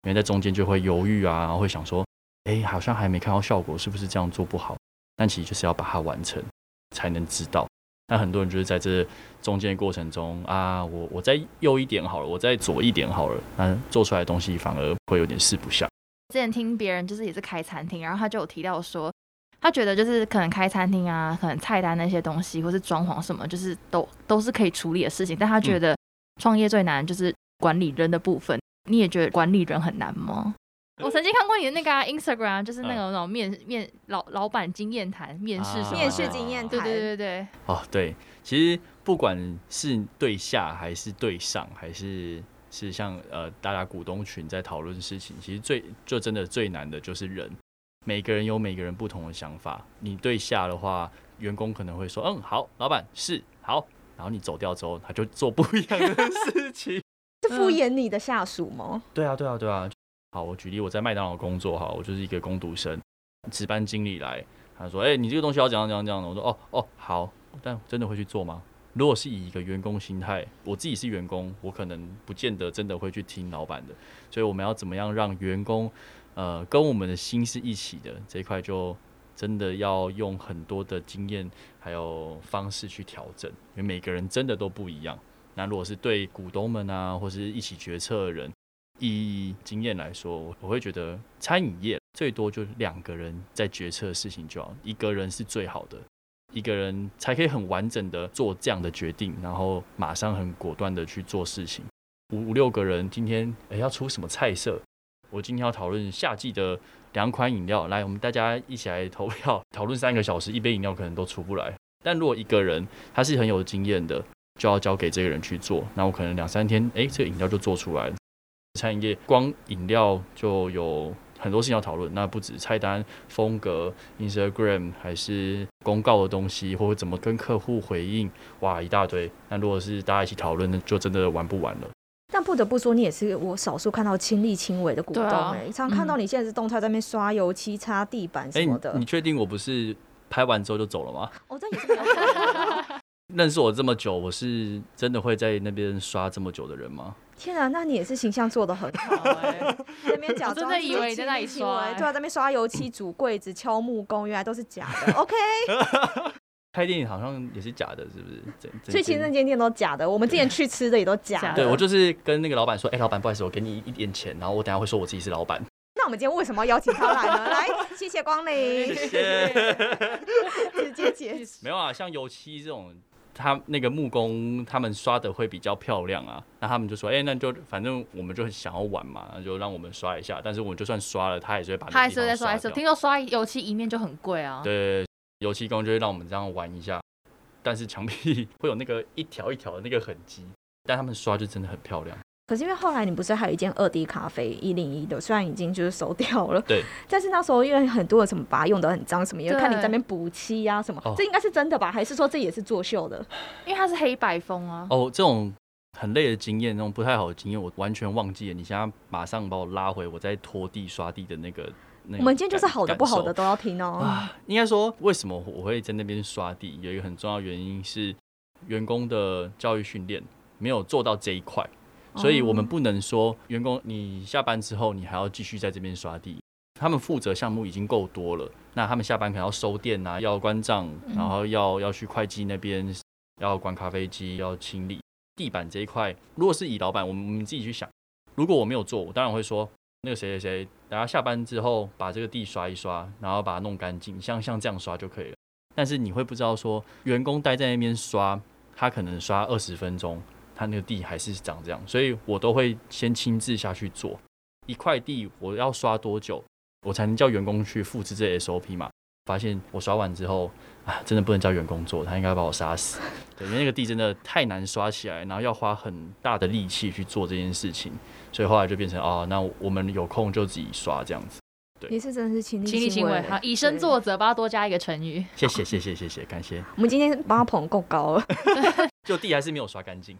Speaker 3: 因为在中间就会犹豫啊，然后会想说，哎、好像还没看到效果，是不是这样做不好？但其实就是要把它完成，才能知道。那很多人就是在这中间的过程中啊，我我在右一点好了，我在左一点好了，那做出来的东西反而会有点四不像。
Speaker 1: 之前听别人就是也是开餐厅，然后他就有提到说，他觉得就是可能开餐厅啊，可能菜单那些东西，或是装潢什么，就是都都是可以处理的事情。但他觉得创业最难就是管理人的部分。你也觉得管理人很难吗？
Speaker 3: 呃
Speaker 1: 我曾经看过你的那个、啊、Instagram，啊就是那
Speaker 3: 嗯
Speaker 1: 种那种面面老老板经验谈面
Speaker 3: 啊
Speaker 1: 试什么的
Speaker 2: 面试经验
Speaker 1: 对
Speaker 2: 谈，
Speaker 1: 对对对对，
Speaker 3: 哦，对，其实不管是对下还是对上，还是是像呃大家股东群在讨论事情，其实最就真的最难的就是人，每个人有每个人不同的想法。你对下的话，员工可能会说，嗯，好，老板是好，然后你走掉之后，他就做不一样的事情。
Speaker 2: 是敷衍你的下属吗？
Speaker 3: 对啊，对啊，对啊。好，我举例，我在麦当劳工作，好，我就是一个工读生，值班经理来，他说，哎、你这个东西要怎样怎样怎样的，我说，哦哦，好，但真的会去做吗？如果是以一个员工心态，我自己是员工，我可能不见得真的会去听老板的，所以我们要怎么样让员工，呃，跟我们的心是一起的这一块，就真的要用很多的经验还有方式去调整，因为每个人真的都不一样。那如果是对股东们啊，或是一起决策的人，以经验来说，我我会觉得餐饮业最多就两个人在决策事情就好，一个人是最好的，一个人才可以很完整的做这样的决定，然后马上很果断的去做事情。五五六个人今天诶要出什么菜色？我今天要讨论夏季的两款饮料，来，我们大家一起来投票，讨论三个小时，一杯饮料可能都出不来。但如果一个人他是很有经验的，就要交给这个人去做。那我可能两三天，诶，这个饮料就做出来了。餐饮业光饮料就有很多事情要讨论，那不止菜单、风格、Instagram，还是公告的东西，或者怎么跟客户回应，哇，一大堆。那如果是大家一起讨论，那就真的玩不完了。
Speaker 2: 但不得不说，你也是我少数看到亲力亲为的股东
Speaker 1: 对啊
Speaker 2: 哎、欸常看到你现在是动态在那边刷油漆、擦地板
Speaker 3: 诶，
Speaker 2: 什么的
Speaker 3: 哎你。你确定我不是拍完之后就走了吗？
Speaker 2: 哦，这也是没有错。 *laughs*
Speaker 3: 认识我这么久，我是真的会在那边刷这么久的人吗？
Speaker 2: 天啊，那你也是形象做
Speaker 1: *laughs*
Speaker 2: 的很好，
Speaker 1: 好欸
Speaker 2: 在那边假装
Speaker 1: 我真的以为你在那里
Speaker 2: 亲力亲为
Speaker 1: 刷欸
Speaker 2: 对啊，在那边刷油漆、煮柜子、敲木工，原来都是假
Speaker 1: *laughs*
Speaker 2: 的。OK，
Speaker 3: 开店好像也是假的，是不是？这这
Speaker 2: 所以其实那间店都假的，我们之前去吃的也都假
Speaker 1: 假
Speaker 3: 对
Speaker 2: 的。
Speaker 3: 我就是跟那个老板说，哎、老板，不好意思，我给你一点钱，然后我等一下会说我自己是老板。
Speaker 2: 那我们今天为什么要邀请他来呢？来，谢谢光
Speaker 1: *laughs*
Speaker 2: 临，
Speaker 3: 谢谢。
Speaker 2: 直接结束。
Speaker 3: 没有啊，像油漆这种，他那个木工他们刷的会比较漂亮啊。那他们就说，哎、那就反正我们就很想要玩嘛，那就让我们刷一下。但是我们就算刷了，他也是会把那
Speaker 1: 他还
Speaker 3: 地
Speaker 1: 是
Speaker 3: 方
Speaker 1: 会在刷一次。
Speaker 3: 掉
Speaker 1: 听说刷油漆一面就很贵啊，
Speaker 3: 对，油漆工就会让我们这样玩一下，但是墙壁会有那个一条一条的那个痕迹，但他们刷就真的很漂亮。
Speaker 2: 可是因为后来你不是还有一间二 D 咖啡一零一的，虽然已经就是收掉了，
Speaker 3: 对，
Speaker 2: 但是那时候因为很多人什么把它用的很脏，什么也
Speaker 1: 对
Speaker 2: 看你在那边补漆呀、什么，
Speaker 3: 哦
Speaker 2: 这应该是真的吧？还是说这也是作秀的？
Speaker 1: 因为它是黑白风啊。
Speaker 3: 哦，这种很累的经验，那种不太好的经验，我完全忘记了。你现在马上把我拉回我在拖地刷地的那个。那
Speaker 2: 我
Speaker 3: 个
Speaker 2: 们今天就是
Speaker 3: 感
Speaker 2: 好的
Speaker 3: 哎感
Speaker 2: 不好
Speaker 3: 受
Speaker 2: 的都要听哦。
Speaker 3: 啊，应该说，为什么我会在那边刷地，有一个很重要的原因是员工的教育训练没有做到这一块，
Speaker 2: 哦
Speaker 3: 所以我们不能说员工你下班之后你还要继续在这边刷地，他们负责项目已经够多了，那他们下班可能要收店啊，要关账，然后要要去会计那边要关咖啡机，要清理地板这一块。如果是以老板，我们我们自己去想，如果我没有做，我当然会说那个谁谁谁，大家下班之后把这个地刷一刷，然后把它弄干净，像像这样刷就可以了。但是你会不知道说，员工待在那边刷，他可能刷二十分钟，他那个地还是长这样，所以我都会先亲自下去做一块地，我要刷多久，我才能叫员工去复制这 SOP 嘛？发现我刷完之后啊，真的不能叫员工做，他应该把我杀死。对，因为那个地真的太难刷起来，然后要花很大的力气去做这件事情，所以后来就变成啊，那我们有空就自己刷这样子。
Speaker 2: 也是真的是亲力
Speaker 1: 亲力亲
Speaker 2: 为
Speaker 1: 为，好，以身。作则，帮他多加一个成语。
Speaker 3: 谢谢谢谢谢谢，感谢。
Speaker 2: 对我们今天帮他捧够高
Speaker 3: *laughs*
Speaker 2: 了，
Speaker 3: 就地还是没有刷干净。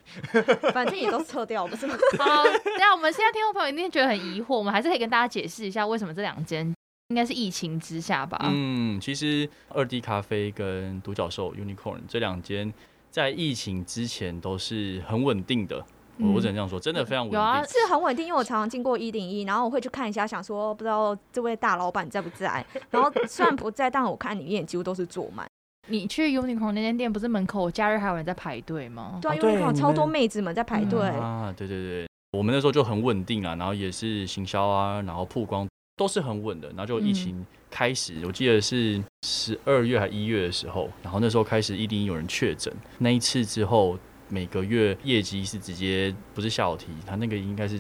Speaker 2: 反正也都撤掉，不
Speaker 1: *laughs*
Speaker 2: 是吗？
Speaker 1: 好，等一下我们现在听众朋友一定觉得很疑惑，我们还是可以跟大家解释一下为什么这两间应该是疫情之下吧？
Speaker 3: 嗯，其实二 D 咖啡跟独角兽 Unicorn 这两间在疫情之前都是很稳定的，我我只能这样说，真的非常
Speaker 1: 嗯
Speaker 3: 稳
Speaker 1: 有啊
Speaker 3: 定。
Speaker 2: *laughs* 是很稳定，因为我常常经过一零一，然后我会去看一下，想说不知道这位大老板在不在。然后虽然不在，但我看里面几乎都是坐满。
Speaker 1: 你去 Uniqlo 那间店，不是门口假日还有人在排队吗？
Speaker 2: 对啊，
Speaker 3: 哦
Speaker 2: 因为
Speaker 3: 对
Speaker 2: 有
Speaker 3: 你
Speaker 2: 超多
Speaker 3: 们
Speaker 2: 妹子们在排
Speaker 1: 嗯
Speaker 2: 队。
Speaker 3: 啊，对对对，我们那时候就很稳定啊，然后也是行销啊，然后曝光都是很稳的，然后就
Speaker 2: 嗯
Speaker 3: 疫情开始，我记得是十二月还一月的时候，然后那时候开始一定有人确诊，那一次之后。每个月业绩是直接不是下楼梯，他那个应该是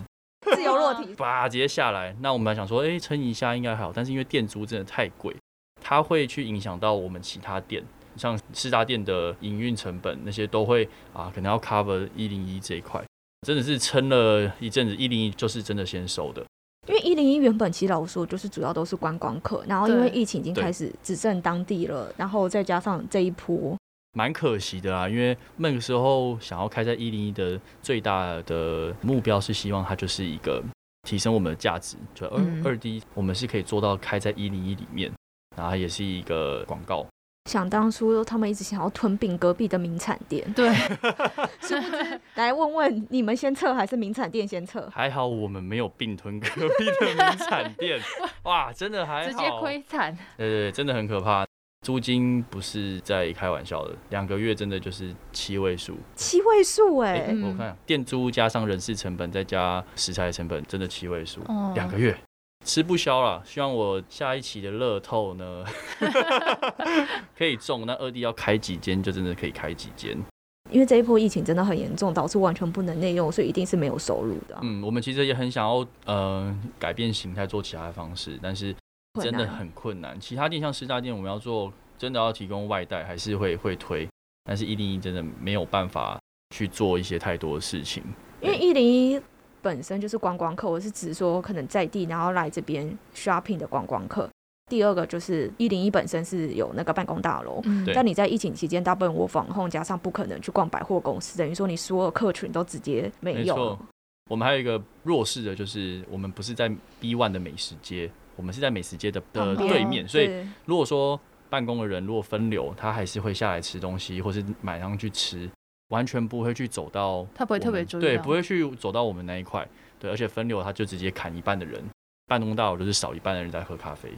Speaker 2: 自由落体。
Speaker 3: 吧直接下来。那我们还想说，哎、撑一下应该还好，但是因为店租真的太贵，它会去影响到我们其他店，像四大店的营运成本那些都会啊，可能要 cover 一零一这一块。真的是撑了一阵子，一零一就是真的先收的。
Speaker 2: 因为一零一原本其实老实说就是主要都是观光客，然后因为
Speaker 1: 对
Speaker 2: 疫情已经
Speaker 3: 对
Speaker 2: 开始只剩当地了，然后再加上这一波，
Speaker 3: 蛮可惜的啦，因为那个时候想要开在一零一的最大的目标是希望它就是一个提升我们的价值，就二
Speaker 1: 嗯
Speaker 3: 二 D 我们是可以做到开在一零一里面，然后它也是一个广告，
Speaker 2: 想当初他们一直想要吞并隔壁的名产店，
Speaker 1: *laughs* *laughs* 对，
Speaker 2: 来问问你们先撤还是名产店先
Speaker 1: *laughs*
Speaker 2: 撤？
Speaker 3: 还好我们没有并吞隔壁的名产店，
Speaker 1: *laughs*
Speaker 3: 哇，真的 *laughs* 还好，
Speaker 1: 直接亏惨。
Speaker 3: 对对对，真的很可怕。租金不是在开玩笑的，两个月真的就是七位数。
Speaker 2: 七位数哎、
Speaker 3: 哎、
Speaker 1: 嗯
Speaker 3: 我看店租加上人事成本，再加食材成本，真的七位数，
Speaker 1: 哦 *laughs*
Speaker 3: 两、个月吃不消了。希望我下一期的乐透呢 *laughs* 可以中，那二弟要开几间就真的可以开几间。
Speaker 1: 哦
Speaker 2: 因为这一波疫情真的很严重，导致完全不能内用，所以一定是没有收入的啊、
Speaker 3: 嗯，我们其实也很想要呃改变形态，做其他的方式，但是
Speaker 2: 困
Speaker 3: 真
Speaker 2: 难
Speaker 3: 的很困难。其他店像师大店，我们要做真的要提供外带，还是会会推，但是一零一真的没有办法去做一些太多的事情。
Speaker 2: 因为一零一本身就是观光客，我是指说可能在地然后来这边 shopping 的观光客。第二个就是一零一本身是有那个办公大楼，
Speaker 1: 嗯
Speaker 3: 对
Speaker 2: 但你在疫情期间，大部分我防控加上不可能去逛百货公司，等于说你所有客群都直接没
Speaker 3: 没
Speaker 2: 有
Speaker 3: 错
Speaker 2: 了。
Speaker 3: 我们还有一个弱势的，就是我们不是在 B One 的美食街，我们是在美食街的的
Speaker 1: 旁边
Speaker 3: 呃对面，所以
Speaker 2: 对
Speaker 3: 如果说办公的人如果分流，他还是会下来吃东西，或是买上去吃，完全不会去走到
Speaker 1: 他不会
Speaker 3: 我们
Speaker 1: 特别注意啊
Speaker 3: 对，
Speaker 1: 到
Speaker 3: 不会去走到我们那一块，对，而且分流他就直接砍一半的人，办公大楼就是少一半的人在喝咖啡。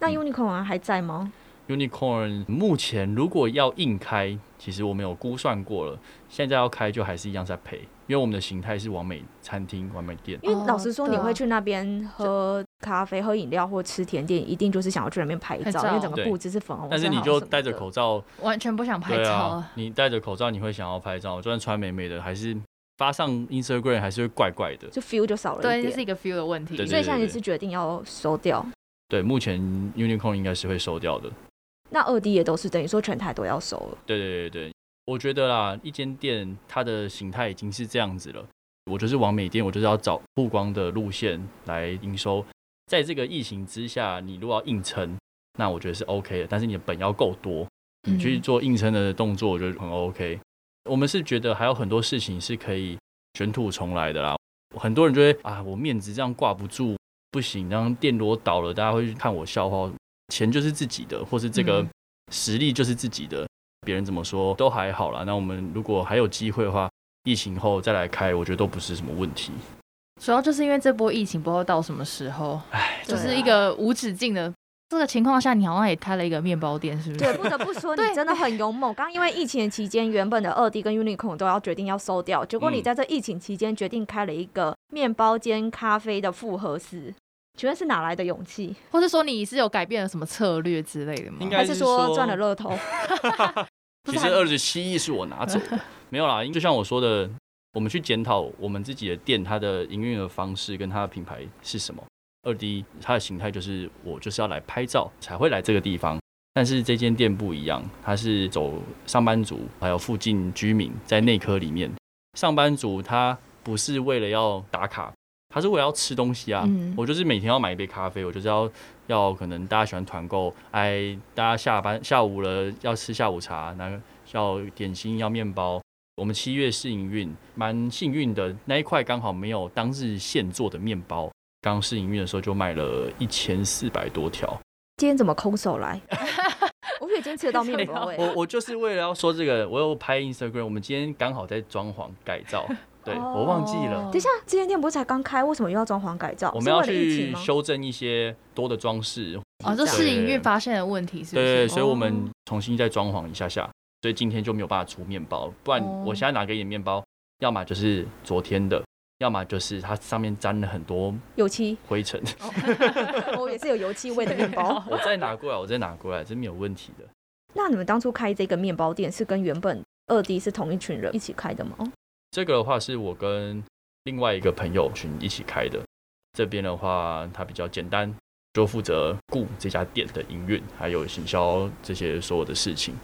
Speaker 2: 那
Speaker 3: 嗯
Speaker 2: Unicorn 啊还在吗？
Speaker 3: Unicorn 目前如果要硬开，其实我们有估算过了，现在要开就还是一样在赔，因为我们的形态是完美餐厅、完美店。
Speaker 2: 因为
Speaker 1: 哦
Speaker 2: 老实说，
Speaker 1: 对
Speaker 2: 你
Speaker 1: 啊
Speaker 2: 会去那边喝咖啡、喝饮料或吃甜点，一定就是想要去那边拍
Speaker 1: 拍
Speaker 2: 照，
Speaker 1: 照
Speaker 2: 因为整个
Speaker 3: 对
Speaker 2: 布置是粉红色。
Speaker 3: 但是你
Speaker 2: 好
Speaker 3: 就
Speaker 2: 像什么
Speaker 3: 戴着
Speaker 2: 的
Speaker 3: 口罩，
Speaker 1: 完全不想拍
Speaker 3: 对
Speaker 1: 照
Speaker 3: 啊
Speaker 1: 了。，
Speaker 3: 你戴着口罩你会想要拍照，就算穿美美的，还是发上 Instagram 还是会怪怪的。
Speaker 2: 就 feel 就少了一
Speaker 1: 对，这
Speaker 2: 点。
Speaker 1: 是一个 feel 的问题。
Speaker 3: 对
Speaker 2: 所以现在你是决定要收掉，
Speaker 3: 对，目前 Unicorn 应该是会收掉的。
Speaker 2: 那二 D 也都是等于说全台都要收了。
Speaker 3: 对对对对，我觉得啦，一间店它的形态已经是这样子了。我就是往美店，我就是要找曝光的路线来营收。在这个疫情之下，你如果要硬撑，那我觉得是 OK 的，但是你的本要够多，你去
Speaker 1: 嗯
Speaker 3: 做硬撑的动作，我觉得很 OK。我们是觉得还有很多事情是可以卷土重来的啦。很多人就会啊，我面子这样挂不住，不行，然后店如果倒了，大家会去看我笑话。钱就是自己的，或是这个
Speaker 1: 嗯
Speaker 3: 实力就是自己的，别人怎么说都还好啦。那我们如果还有机会的话，疫情后再来开，我觉得都不是什么问题。
Speaker 1: 主要就是因为这波疫情不知道到什么时候，
Speaker 3: 唉，
Speaker 1: 就
Speaker 2: 对
Speaker 1: 是
Speaker 2: 啊
Speaker 1: 一个无止境的。这个情况下，你好像也开了一个面包店，是不
Speaker 2: 对，
Speaker 1: 是？
Speaker 2: 不得不说你
Speaker 1: 对
Speaker 2: 真的很勇猛。刚因为疫情的期间，原本的二 D 跟 Unicorn 都要决定要收掉，结果你
Speaker 3: 嗯
Speaker 2: 在这疫情期间决定开了一个面包兼咖啡的复合式，请问是哪来的勇气？
Speaker 1: *laughs* 或是说你是有改变了什么策略之类的吗？
Speaker 3: 应该
Speaker 1: *laughs*
Speaker 2: 还
Speaker 3: 是
Speaker 2: 是说
Speaker 3: 说
Speaker 2: 赚了乐透？
Speaker 1: 不是
Speaker 3: 其实
Speaker 1: 还
Speaker 3: 二十七亿是我拿走的，没有啦。因为就像我说的，我们去检讨我们自己的店，它的营运的方式跟它的品牌是什么。二 D 它的形态就是我就是要来拍照才会来这个地方，但是这间店不一样，它是走上班族还有附近居民在内科里面。上班族他不是为了要打卡，他是为了要吃东西啊。
Speaker 1: 嗯
Speaker 3: 我就是每天要买一杯咖啡，我就是要要可能大家喜欢团购，哎，大家下班下午了要吃下午茶，那要点心要面包。我们七月试营运，蛮幸运的那一块刚好没有当日现做的面包，刚试营运的时候就卖了一千四百多条。
Speaker 2: 今天怎么空手来？我觉得今天吃得到面
Speaker 3: *laughs*
Speaker 2: 包哎、
Speaker 3: 我我就是为了要说这个，我有拍 Instagram，我们今天刚好在装潢改
Speaker 2: *laughs*
Speaker 3: 造，对
Speaker 2: 哦
Speaker 3: 我忘记了。
Speaker 2: 等一下，这间店不是才刚开，为什么又要装潢改造？
Speaker 3: 我们要
Speaker 2: 是为了疫
Speaker 3: 去
Speaker 2: 情吗？
Speaker 3: 修正一些多的装饰，
Speaker 2: 题。
Speaker 1: 哦，就
Speaker 2: 这样
Speaker 1: 试营运发现的问题是不
Speaker 3: 对
Speaker 1: 是？
Speaker 3: 对，所以我们
Speaker 2: 哦
Speaker 3: 重新再装潢一下下，所以今天就没有办法出面包，不然
Speaker 1: 哦
Speaker 3: 我现在拿给你的面包，要么就是昨天的，要么就是它上面沾了很多
Speaker 2: 油漆，
Speaker 3: 灰尘。
Speaker 2: 哦
Speaker 1: 哦
Speaker 2: *laughs* 我也是有油漆味的面 *laughs* 包。
Speaker 3: *laughs* 我再拿过来，我再拿过来，这没有问题的。
Speaker 2: 那你们当初开这个面包店是跟原本二弟是同一群人一起开的吗？
Speaker 1: 哦
Speaker 3: 这个的话是我跟另外一个朋友群一起开的，这边的话它比较简单，就负责顾这家店的营运，还有行销这些所有的事情。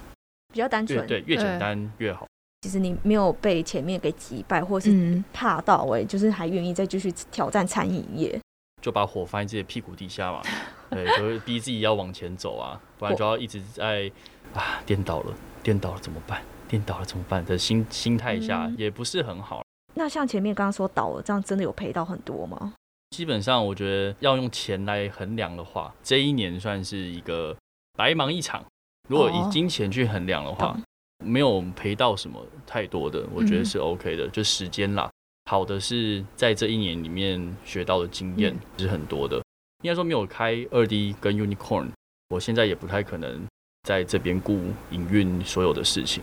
Speaker 2: 比较单
Speaker 3: 越
Speaker 2: 纯。
Speaker 3: 对越简
Speaker 1: 对
Speaker 3: 单越好。
Speaker 2: 其实你没有被前面给击败，或是
Speaker 1: 嗯，
Speaker 2: 怕到哎、就是还愿意再继续挑战餐饮业。
Speaker 3: 就把火放在自己的屁股底下嘛，对，就会逼自己要往前走啊，不然就要一直在啊颠倒了，颠倒了怎么办？颠倒了怎么办的心心态下
Speaker 2: 嗯
Speaker 3: 也不是很好。
Speaker 2: 那像前面刚刚说倒了，这样真的有赔到很多吗？
Speaker 3: 基本上我觉得要用钱来衡量的话，这一年算是一个白忙一场。如果以
Speaker 1: 哦
Speaker 3: 金钱去衡量的话，
Speaker 2: 懂
Speaker 3: 没有赔到什么太多的，我觉得是 OK 的。就时间啦，好的是在这一年里面学到的经验是很多的。应该说没有开二 D 跟 Unicorn，我现在也不太可能在这边顾营运所有的事情。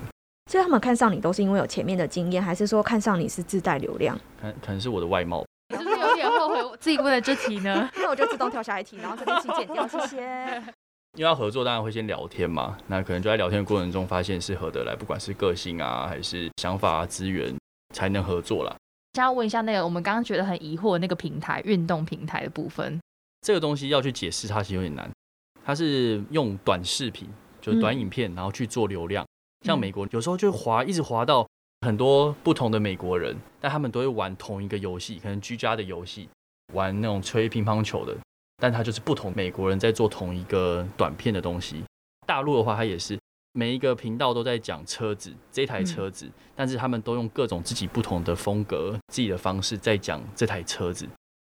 Speaker 2: 所以他们看上你都是因为有前面的经验，还是说看上你是自带流量？
Speaker 3: 可能可能是我的外貌，
Speaker 1: 是不是有点后悔自己问了这题呢？
Speaker 2: *laughs*
Speaker 1: *laughs*
Speaker 2: 那我就自动跳下一题，然后这边请剪掉，谢谢。
Speaker 3: 因为要合作，当然会先聊天嘛。那可能就在聊天的过程中发现是合得来，不管是个性啊，还是想法啊、资源，才能合作啦。
Speaker 1: 想要问一下那个我们刚刚觉得很疑惑的那个平台，运动平台的部分，
Speaker 3: 这个东西要去解释，它其实有点难。它是用短视频，就是短影片，然后去做流量。像美国有时候就滑，一直滑到很多不同的美国人，但他们都会玩同一个游戏，可能居家的游戏，玩那种吹乒乓球的，但它就是不同美国人在做同一个短片的东西。大陆的话，它也是每一个频道都在讲车子，这台车子，但是他们都用各种自己不同的风格、自己的方式在讲这台车子。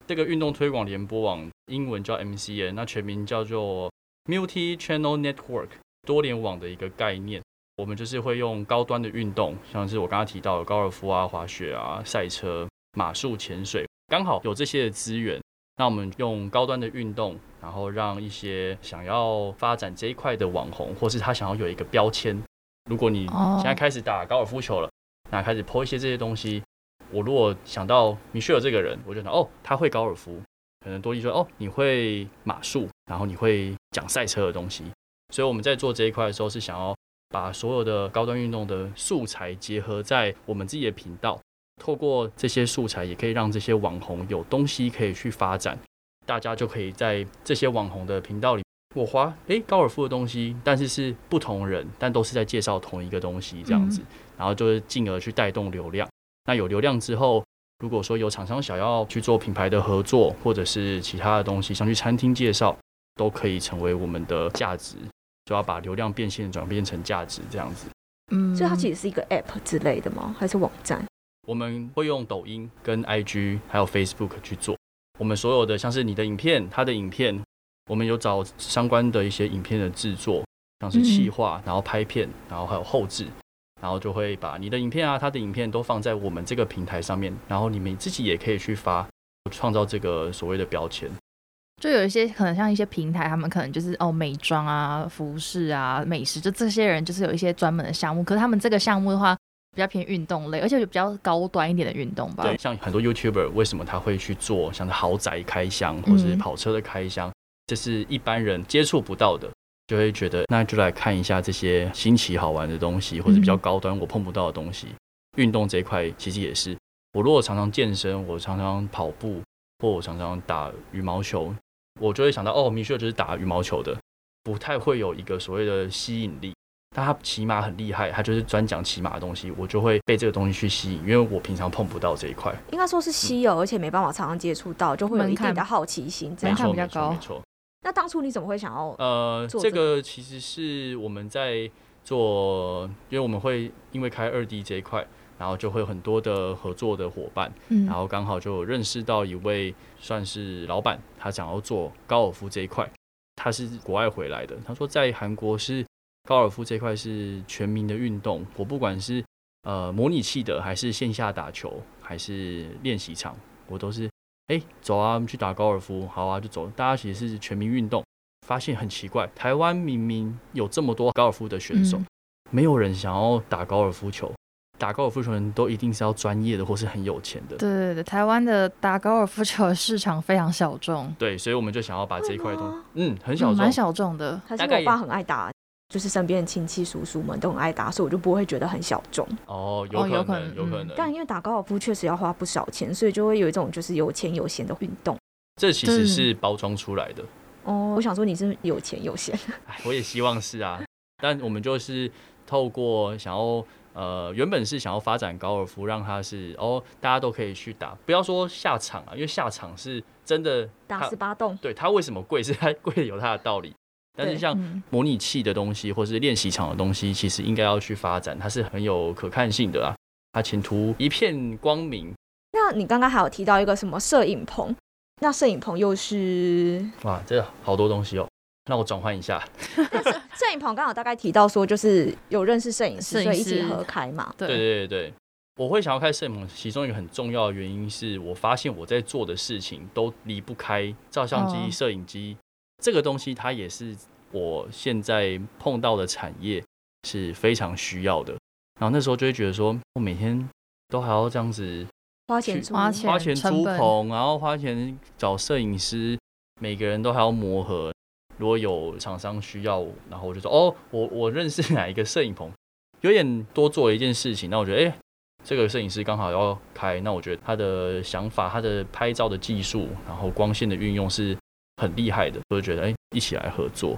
Speaker 3: 这个运动推广联播网，英文叫 MCN，那全名叫做 Multi Channel Network，多联网的一个概念。我们就是会用高端的运动，像是我刚刚提到的高尔夫啊、滑雪啊、赛车、马术、潜水，刚好有这些的资源，那我们用高端的运动，然后让一些想要发展这一块的网红，或是他想要有一个标签。如果你
Speaker 1: 哦
Speaker 3: 现在开始打高尔夫球了，那开始 PO 一些这些东西，我如果想到米歇尔这个人，我就想哦，他会高尔夫，可能多利说哦，你会马术，然后你会讲赛车的东西。所以我们在做这一块的时候，是想要把所有的高端运动的素材结合在我们自己的频道，透过这些素材，也可以让这些网红有东西可以去发展。大家就可以在这些网红的频道里，我滑诶高尔夫的东西，但是是不同人，但都是在介绍同一个东西这样子，然后就是进而去带动流量。那有流量之后，如果说有厂商想要去做品牌的合作，或者是其他的东西，想去餐厅介绍，都可以成为我们的价值。就要把流量变现转变成价值这样子。
Speaker 1: 嗯，
Speaker 2: 所以它其实是一个 app 之类的吗？还是网站？
Speaker 3: 我们会用抖音、跟 IG 还有 Facebook 去做。我们所有的像是你的影片、他的影片，我们有找相关的一些影片的制作，像是企划，然后拍片，然后还有后置，然后就会把你的影片啊、他的影片都放在我们这个平台上面，然后你们自己也可以去发，创造这个所谓的标签。
Speaker 1: 就有一些可能像一些平台，他们可能就是哦美妆啊、服饰啊、美食，就这些人就是有一些专门的项目。可是他们这个项目的话，比较偏运动类，而且就比较高端一点的运动吧。
Speaker 3: 对，像很多 YouTuber 为什么他会去做像是豪宅开箱或是跑车的开箱，这是一般人接触不到的，就会觉得那就来看一下这些新奇好玩的东西，或者
Speaker 1: 嗯
Speaker 3: 比较高端我碰不到的东西。运动这一块其实也是，我如果常常健身，我常常跑步，或我常常打羽毛球，我就会想到哦，米歇尔就是打羽毛球的，不太会有一个所谓的吸引力。但他骑马很厉害，他就是专讲骑马的东西，我就会被这个东西去吸引，因为我平常碰不到这一块。
Speaker 2: 应该说是稀有，而且没办法常常接触到，就会有一定
Speaker 1: 门
Speaker 2: 的
Speaker 1: 槛
Speaker 2: 好奇心这
Speaker 3: 没
Speaker 1: 门槛比较
Speaker 2: 样。
Speaker 3: 错，没错，
Speaker 1: 高
Speaker 3: 没错。
Speaker 2: 那当初你怎么会想要？
Speaker 3: 呃，
Speaker 2: 做
Speaker 3: 这
Speaker 2: 这个
Speaker 3: 个其实是我们在做，因为我们会因为开二 D 这一块，然后就会有很多的合作的伙伴，
Speaker 1: 嗯
Speaker 3: 然后刚好就有认识到一位算是老板，他想要做高尔夫这一块，他是国外回来的，他说在韩国是高尔夫这一块是全民的运动，我不管是呃模拟器的，还是线下打球，还是练习场，我都是哎、诶走啊，我们去打高尔夫，好啊就走，大家其实是全民运动。发现很奇怪，台湾明明有这么多高尔夫的选手，
Speaker 1: 嗯
Speaker 3: 没有人想要打高尔夫球。打高尔夫球的人都一定是要专业的或是很有钱的，
Speaker 1: 对对对，台湾的打高尔夫球的市场非常小众，
Speaker 3: 对，所以我们就想要把这一块东
Speaker 2: 会吗
Speaker 3: 嗯，很
Speaker 1: 很
Speaker 3: 小众
Speaker 1: 蛮，小众的。
Speaker 2: 可是
Speaker 3: 大概
Speaker 2: 我
Speaker 3: 也
Speaker 2: 爸很爱打，就是身边的亲戚叔叔们都很爱打，所以我就不会觉得很小众。
Speaker 3: 哦，
Speaker 1: 哦有
Speaker 3: 有可
Speaker 1: 可
Speaker 3: 能，
Speaker 1: 能
Speaker 3: 有可
Speaker 1: 嗯
Speaker 3: 能，
Speaker 2: 但因为打高尔夫确实要花不少钱，所以就会有一种就是有钱有闲的运动。
Speaker 3: 这其实是包装出来的。
Speaker 2: 哦，我想说你是有钱有闲，
Speaker 3: 哎，我也希望是啊，但我们就是透过想要呃，原本是想要发展高尔夫，让它是哦，大家都可以去打，不要说下场啊，因为下场是真的
Speaker 2: 打
Speaker 3: 它
Speaker 2: 十八洞，
Speaker 3: 对它为什么贵是它贵有它的道理，但是
Speaker 2: 对
Speaker 3: 像
Speaker 1: 嗯，
Speaker 3: 模拟器的东西或是练习场的东西，其实应该要去发展，它是很有可看性的啊，它前途一片光明。
Speaker 2: 那你刚刚还有提到一个什么摄影棚，那摄影棚又是
Speaker 3: 哇，这好多东西哦，让我转换一下。
Speaker 2: 摄影棚，刚好大概提到说就是有认识摄影师，
Speaker 1: 摄
Speaker 2: 所
Speaker 1: 影
Speaker 2: 以一
Speaker 1: 师
Speaker 2: 起合开嘛。
Speaker 1: 对
Speaker 3: 对对对对，我会想要开摄影棚，其中一个很重要的原因是我发现我在做的事情都离不开照相机、
Speaker 1: 哦
Speaker 3: 摄影机这个东西，它也是我现在碰到的产业是非常需要的。然后那时候就会觉得说，我每天都还要这样子
Speaker 2: 花钱
Speaker 3: 去
Speaker 2: 租，
Speaker 1: 花钱
Speaker 3: 花钱
Speaker 1: 成
Speaker 3: 租
Speaker 1: 本
Speaker 3: 棚，然后花钱找摄影师，每个人都还要磨合。如果有厂商需要我，然后我就说哦，我我认识哪一个摄影棚，有点多做了一件事情。那我觉得，哎、这个摄影师刚好要开，那我觉得他的想法、他的拍照的技术，然后光线的运用是很厉害的，我就觉得，哎、一起来合作。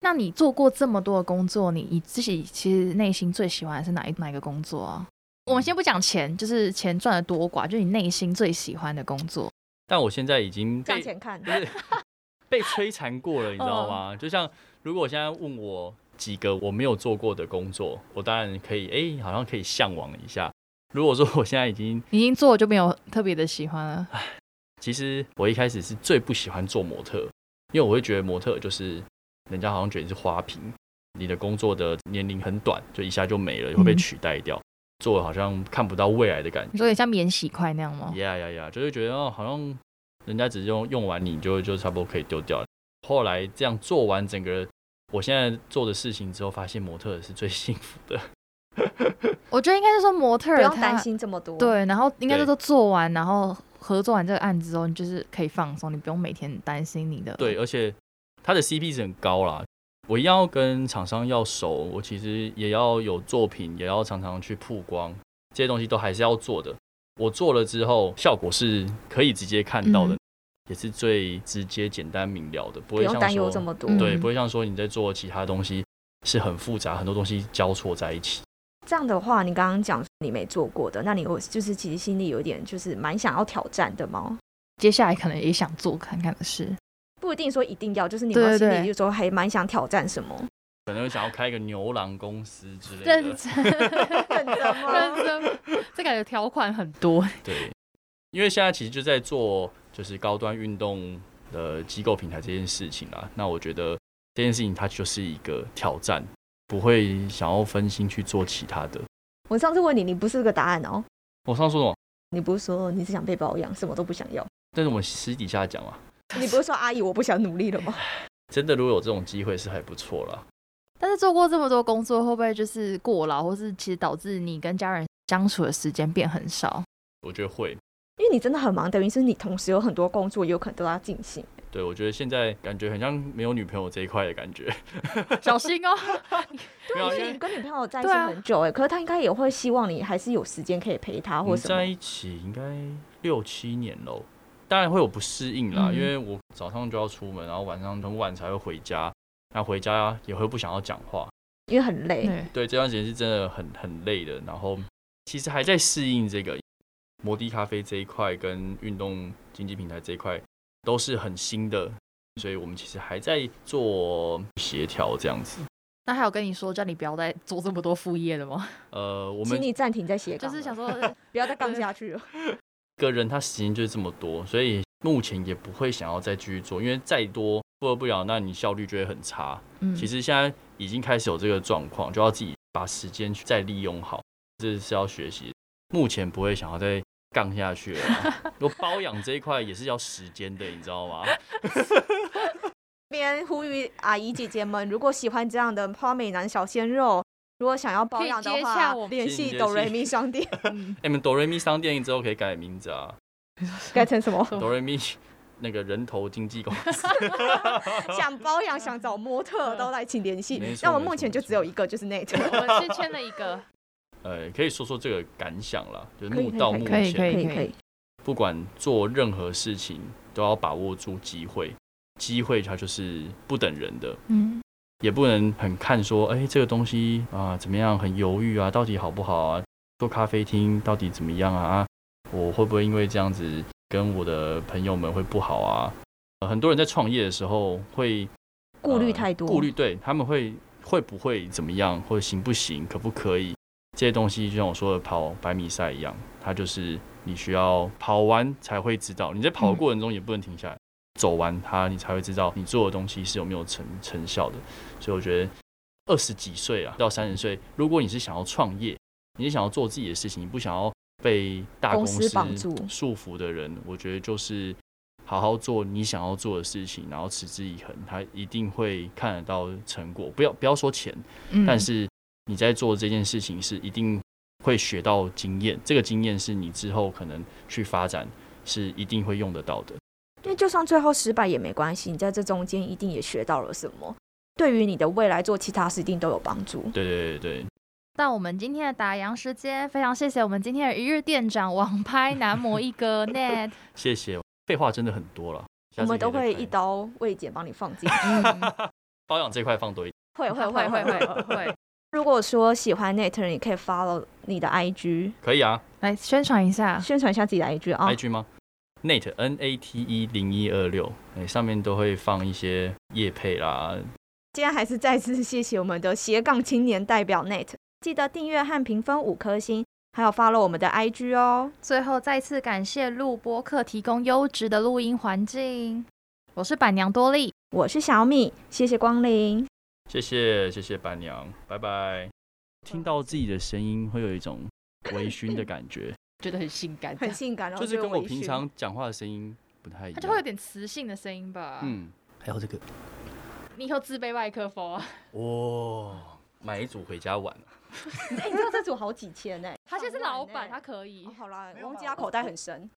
Speaker 1: 那你做过这么多的工作，你你自己其实内心最喜欢的是哪一哪一个工作啊？我们先不讲钱，就是钱赚的多寡，就是你内心最喜欢的工作。
Speaker 3: 但我现在已经
Speaker 2: 价
Speaker 3: 被
Speaker 2: 钱看
Speaker 3: 不。是 *laughs* 被摧残过了，你知
Speaker 1: 嗯
Speaker 3: 道吗？就像如果我现在问我几个我没有做过的工作，我当然可以，哎、好像可以向往一下。如果说我现在已经，
Speaker 1: 你已经做就没有特别的喜欢了。
Speaker 3: 其实我一开始是最不喜欢做模特，因为我会觉得模特就是人家好像觉得你是花瓶，你的工作的年龄很短，就一下就没了，会被
Speaker 1: 嗯
Speaker 3: 取代掉，做得好像看不到未来的感觉
Speaker 1: 你。说有点像免洗块那样
Speaker 2: 哦
Speaker 1: 吗？
Speaker 3: 呀呀呀，就是觉得哦，好像人家只是用用完你就就差不多可以丢掉了。后来这样做完整个我现在做的事情之后，发现模特是最幸
Speaker 2: *laughs*
Speaker 3: 福的。
Speaker 1: 我觉得应该是说模特
Speaker 2: 不
Speaker 1: 儿
Speaker 2: 用
Speaker 1: 他
Speaker 2: 担心这么多，，
Speaker 1: 对，然后应该
Speaker 3: 对
Speaker 1: 是说做完，然后合作完这个案子之后，你就是可以放松，你不用每天担心你的
Speaker 3: 对，而且它的 CP 值很高啦。我一定要跟厂商要熟，我其实也要有作品，也要常常去曝光，这些东西都还是要做的。我做了之后，效果是可以直接看到的，
Speaker 1: 嗯
Speaker 3: 也是最直接、简单、明了的，不
Speaker 2: 不
Speaker 3: 会
Speaker 2: 用
Speaker 3: 像
Speaker 2: 担忧
Speaker 3: 说
Speaker 2: 这么多。
Speaker 1: 嗯
Speaker 3: 对，不会像说你在做其他东西是很复杂，很多东西交错在一起。
Speaker 2: 这样的话，你刚刚讲你没做过的，那你有就是其实心里有一点就是蛮想要挑战的吗？
Speaker 1: 接下来可能也想做看看的事。
Speaker 2: 不一定说一定要，就是你
Speaker 1: 对
Speaker 2: 们
Speaker 1: 对
Speaker 2: 心
Speaker 1: 对
Speaker 2: 里就说还蛮想挑战什么，
Speaker 3: 可能想要开一个牛郎公司之类
Speaker 4: 认
Speaker 3: 的，
Speaker 4: 真
Speaker 2: 认真
Speaker 4: 认
Speaker 2: 吗？
Speaker 4: 真，
Speaker 1: 这感觉条款很多， *laughs*
Speaker 3: 对，因为现在其实就在做就是高端运动的机构平台这件事情啊。那我觉得这件事情它就是一个挑战，不会想要分心去做其他的。
Speaker 2: 我上次问你，你不是这个答案哦，
Speaker 3: 我上次说什么？
Speaker 2: 你不是说你是想被包养，什么都不想要，
Speaker 3: 但是我们私底下讲啊，
Speaker 2: 你不是说阿姨我不想努力了吗？
Speaker 3: 真的如果有这种机会是还不错啦。
Speaker 1: 但是做过这么多工作，会不会就是过劳，或是其实导致你跟家人相处的时间变很
Speaker 3: *laughs*
Speaker 1: 少？
Speaker 3: 我觉得会，
Speaker 2: 因为你真的很忙，等于是你同时有很多工作，也有可能都要进行。
Speaker 3: 对我觉得现在感觉很像没有女朋友这一块的感觉， *laughs*
Speaker 1: 小心哦，
Speaker 3: 没有
Speaker 2: 而
Speaker 3: 因
Speaker 2: 且
Speaker 3: 为
Speaker 2: 你跟女朋友在一起
Speaker 1: 对啊
Speaker 2: 很久哎、可是她应该也会希望你还是有时间可以陪她
Speaker 3: 我
Speaker 2: 或
Speaker 3: 们
Speaker 2: 啊什么
Speaker 3: 在。一起应该六七年喽，当然会有不适应啦，
Speaker 1: 嗯
Speaker 3: 因为我早上就要出门，然后晚上很晚才会回家，那回家也会不想要讲话。
Speaker 2: 因为很累，
Speaker 1: 对，
Speaker 3: 对，这段时间是真的很很累的，然后其实还在适应这个摩的咖啡这一块跟运动经济平台这一块都是很新的，所以我们其实还在做协调这样子。
Speaker 1: 那还有跟你说叫你不要再做这么多副业的吗？
Speaker 3: 呃，我
Speaker 2: 请
Speaker 3: 们
Speaker 2: 你暂停再斜
Speaker 1: 就
Speaker 2: 杠了，
Speaker 1: 是想说，
Speaker 2: 不要再杠下去了。
Speaker 3: 个人他时间就是这么多，所以目前也不会想要再继续做，因为再多负荷不了，那你效率就会很差。
Speaker 1: 嗯，
Speaker 3: 其实现在已经开始有这个状况，就要自己把时间去再利用好，这是要学习。目前不会想要再杠下去啊
Speaker 2: *laughs*
Speaker 3: 哎了啦，我包养这一块也是要时间的，你知道吗？
Speaker 2: 边呼吁阿姨姐姐们，如果喜欢这样的花美男小鲜肉，如果想要保养的
Speaker 4: 可以接
Speaker 2: 话
Speaker 4: 洽我，们
Speaker 2: 联
Speaker 3: 请
Speaker 2: 系
Speaker 3: 联
Speaker 2: 哆
Speaker 3: 系
Speaker 2: 瑞咪商店，
Speaker 3: 你们哆瑞咪商店之后可以改名字啊，
Speaker 2: 改成什么？
Speaker 3: 哆瑞咪 *laughs* 那个人头经纪公司。
Speaker 2: *laughs* 想包养、想找模 *laughs* 特都来请联
Speaker 3: 没
Speaker 2: 系。
Speaker 3: 错
Speaker 2: 那我
Speaker 3: 没
Speaker 2: 目
Speaker 3: 错
Speaker 2: 前
Speaker 3: 没
Speaker 2: 就
Speaker 3: 错
Speaker 2: 只有一个，就是那个。
Speaker 4: 我们是签了一个，
Speaker 3: 呃，可以说说这个感想啦，就是
Speaker 2: 可以
Speaker 3: 目
Speaker 2: 可以
Speaker 3: 到
Speaker 2: 可以
Speaker 3: 目
Speaker 2: *laughs* 可
Speaker 1: 以可
Speaker 3: 前，
Speaker 1: 以可以，
Speaker 3: 不管做任何事情都要把握住机会，机会它就是不等人的，
Speaker 1: 嗯，
Speaker 3: 也不能很看说，哎、这个东西啊、怎么样，很犹豫啊，到底好不好啊？做咖啡厅到底怎么样啊？啊我会不会因为这样子跟我的朋友们会不好啊？呃很多人在创业的时候会
Speaker 2: 顾虑
Speaker 3: 呃
Speaker 2: 太多，
Speaker 3: 顾虑对他们会会不会怎么样，或者行不行，可不可以，这些东西就像我说的跑百米赛一样，它就是你需要跑完才会知道，你在
Speaker 2: 嗯
Speaker 3: 跑的过程中也不能停下来，走完它你才会知道你做的东西是有没有成成效的。所以我觉得二十几岁啊到三十岁，如果你是想要创业，你是想要做自己的事情，你不想要被大
Speaker 2: 公
Speaker 3: 公
Speaker 2: 司
Speaker 3: 司
Speaker 2: 绑住
Speaker 3: 束缚的人，我觉得就是好好做你想要做的事情，然后持之以恒，他一定会看得到成果。不要不要说钱，
Speaker 1: 嗯
Speaker 3: 但是你在做这件事情是一定会学到经验，这个经验是你之后可能去发展是一定会用得到的。
Speaker 2: 因为就算最后失败也没关系，你在这中间一定也学到了什么，对于你的未来做其他事一定都有帮助。
Speaker 3: 对对对对，
Speaker 1: 到我们今天的打烊时间，非常谢谢我们今天的一日店长网拍男模一哥 Net，
Speaker 3: 谢谢。废话真的很多了，下
Speaker 2: 我
Speaker 3: 次
Speaker 2: 们都
Speaker 3: 可以
Speaker 2: 会
Speaker 3: 再
Speaker 2: 一
Speaker 3: 开
Speaker 2: 刀未剪帮你放进去， *laughs*
Speaker 1: 嗯，
Speaker 3: 保养这块放多一点。
Speaker 2: 会会会
Speaker 1: 会
Speaker 2: 会
Speaker 1: 会
Speaker 2: 会
Speaker 1: 会
Speaker 2: 会。
Speaker 1: 会，
Speaker 2: 如果说喜欢 Nate，你可以 follow 你的 IG，
Speaker 3: 可以啊
Speaker 1: 来宣传一下，
Speaker 2: 宣传一下自己的 IG 啊。
Speaker 3: ，IG 吗？Nate N A T E 零一二六，哎，上面都会放一些叶配啦，
Speaker 2: 今天还是再次谢谢我们的斜杠青年代表 Nate，记得订阅和评分五颗星，还有 follow 我们的 IG 哦。
Speaker 1: 最后再次感谢录播客提供优质的录音环境，我是板娘多莉。
Speaker 2: 我是小米，谢谢光临。
Speaker 3: 谢谢谢谢板娘，拜拜。听到自己的声音会有一种微醺的感觉，
Speaker 4: 觉得很性感，
Speaker 2: 很性感，然后
Speaker 3: 就是跟
Speaker 2: 微
Speaker 3: 我
Speaker 2: 醺
Speaker 3: 平常讲话的声音不太一样。
Speaker 4: 它就会有点磁性的声音吧。嗯，
Speaker 3: 嗯，还有这个，
Speaker 4: 你以后自备麦克风啊。
Speaker 3: 哇、买一组回家玩。
Speaker 2: 哎、你知道这组好几千呢、欸哦
Speaker 4: 他现在是老板，他可以
Speaker 2: 哦。好啦，我忘记他口袋很深。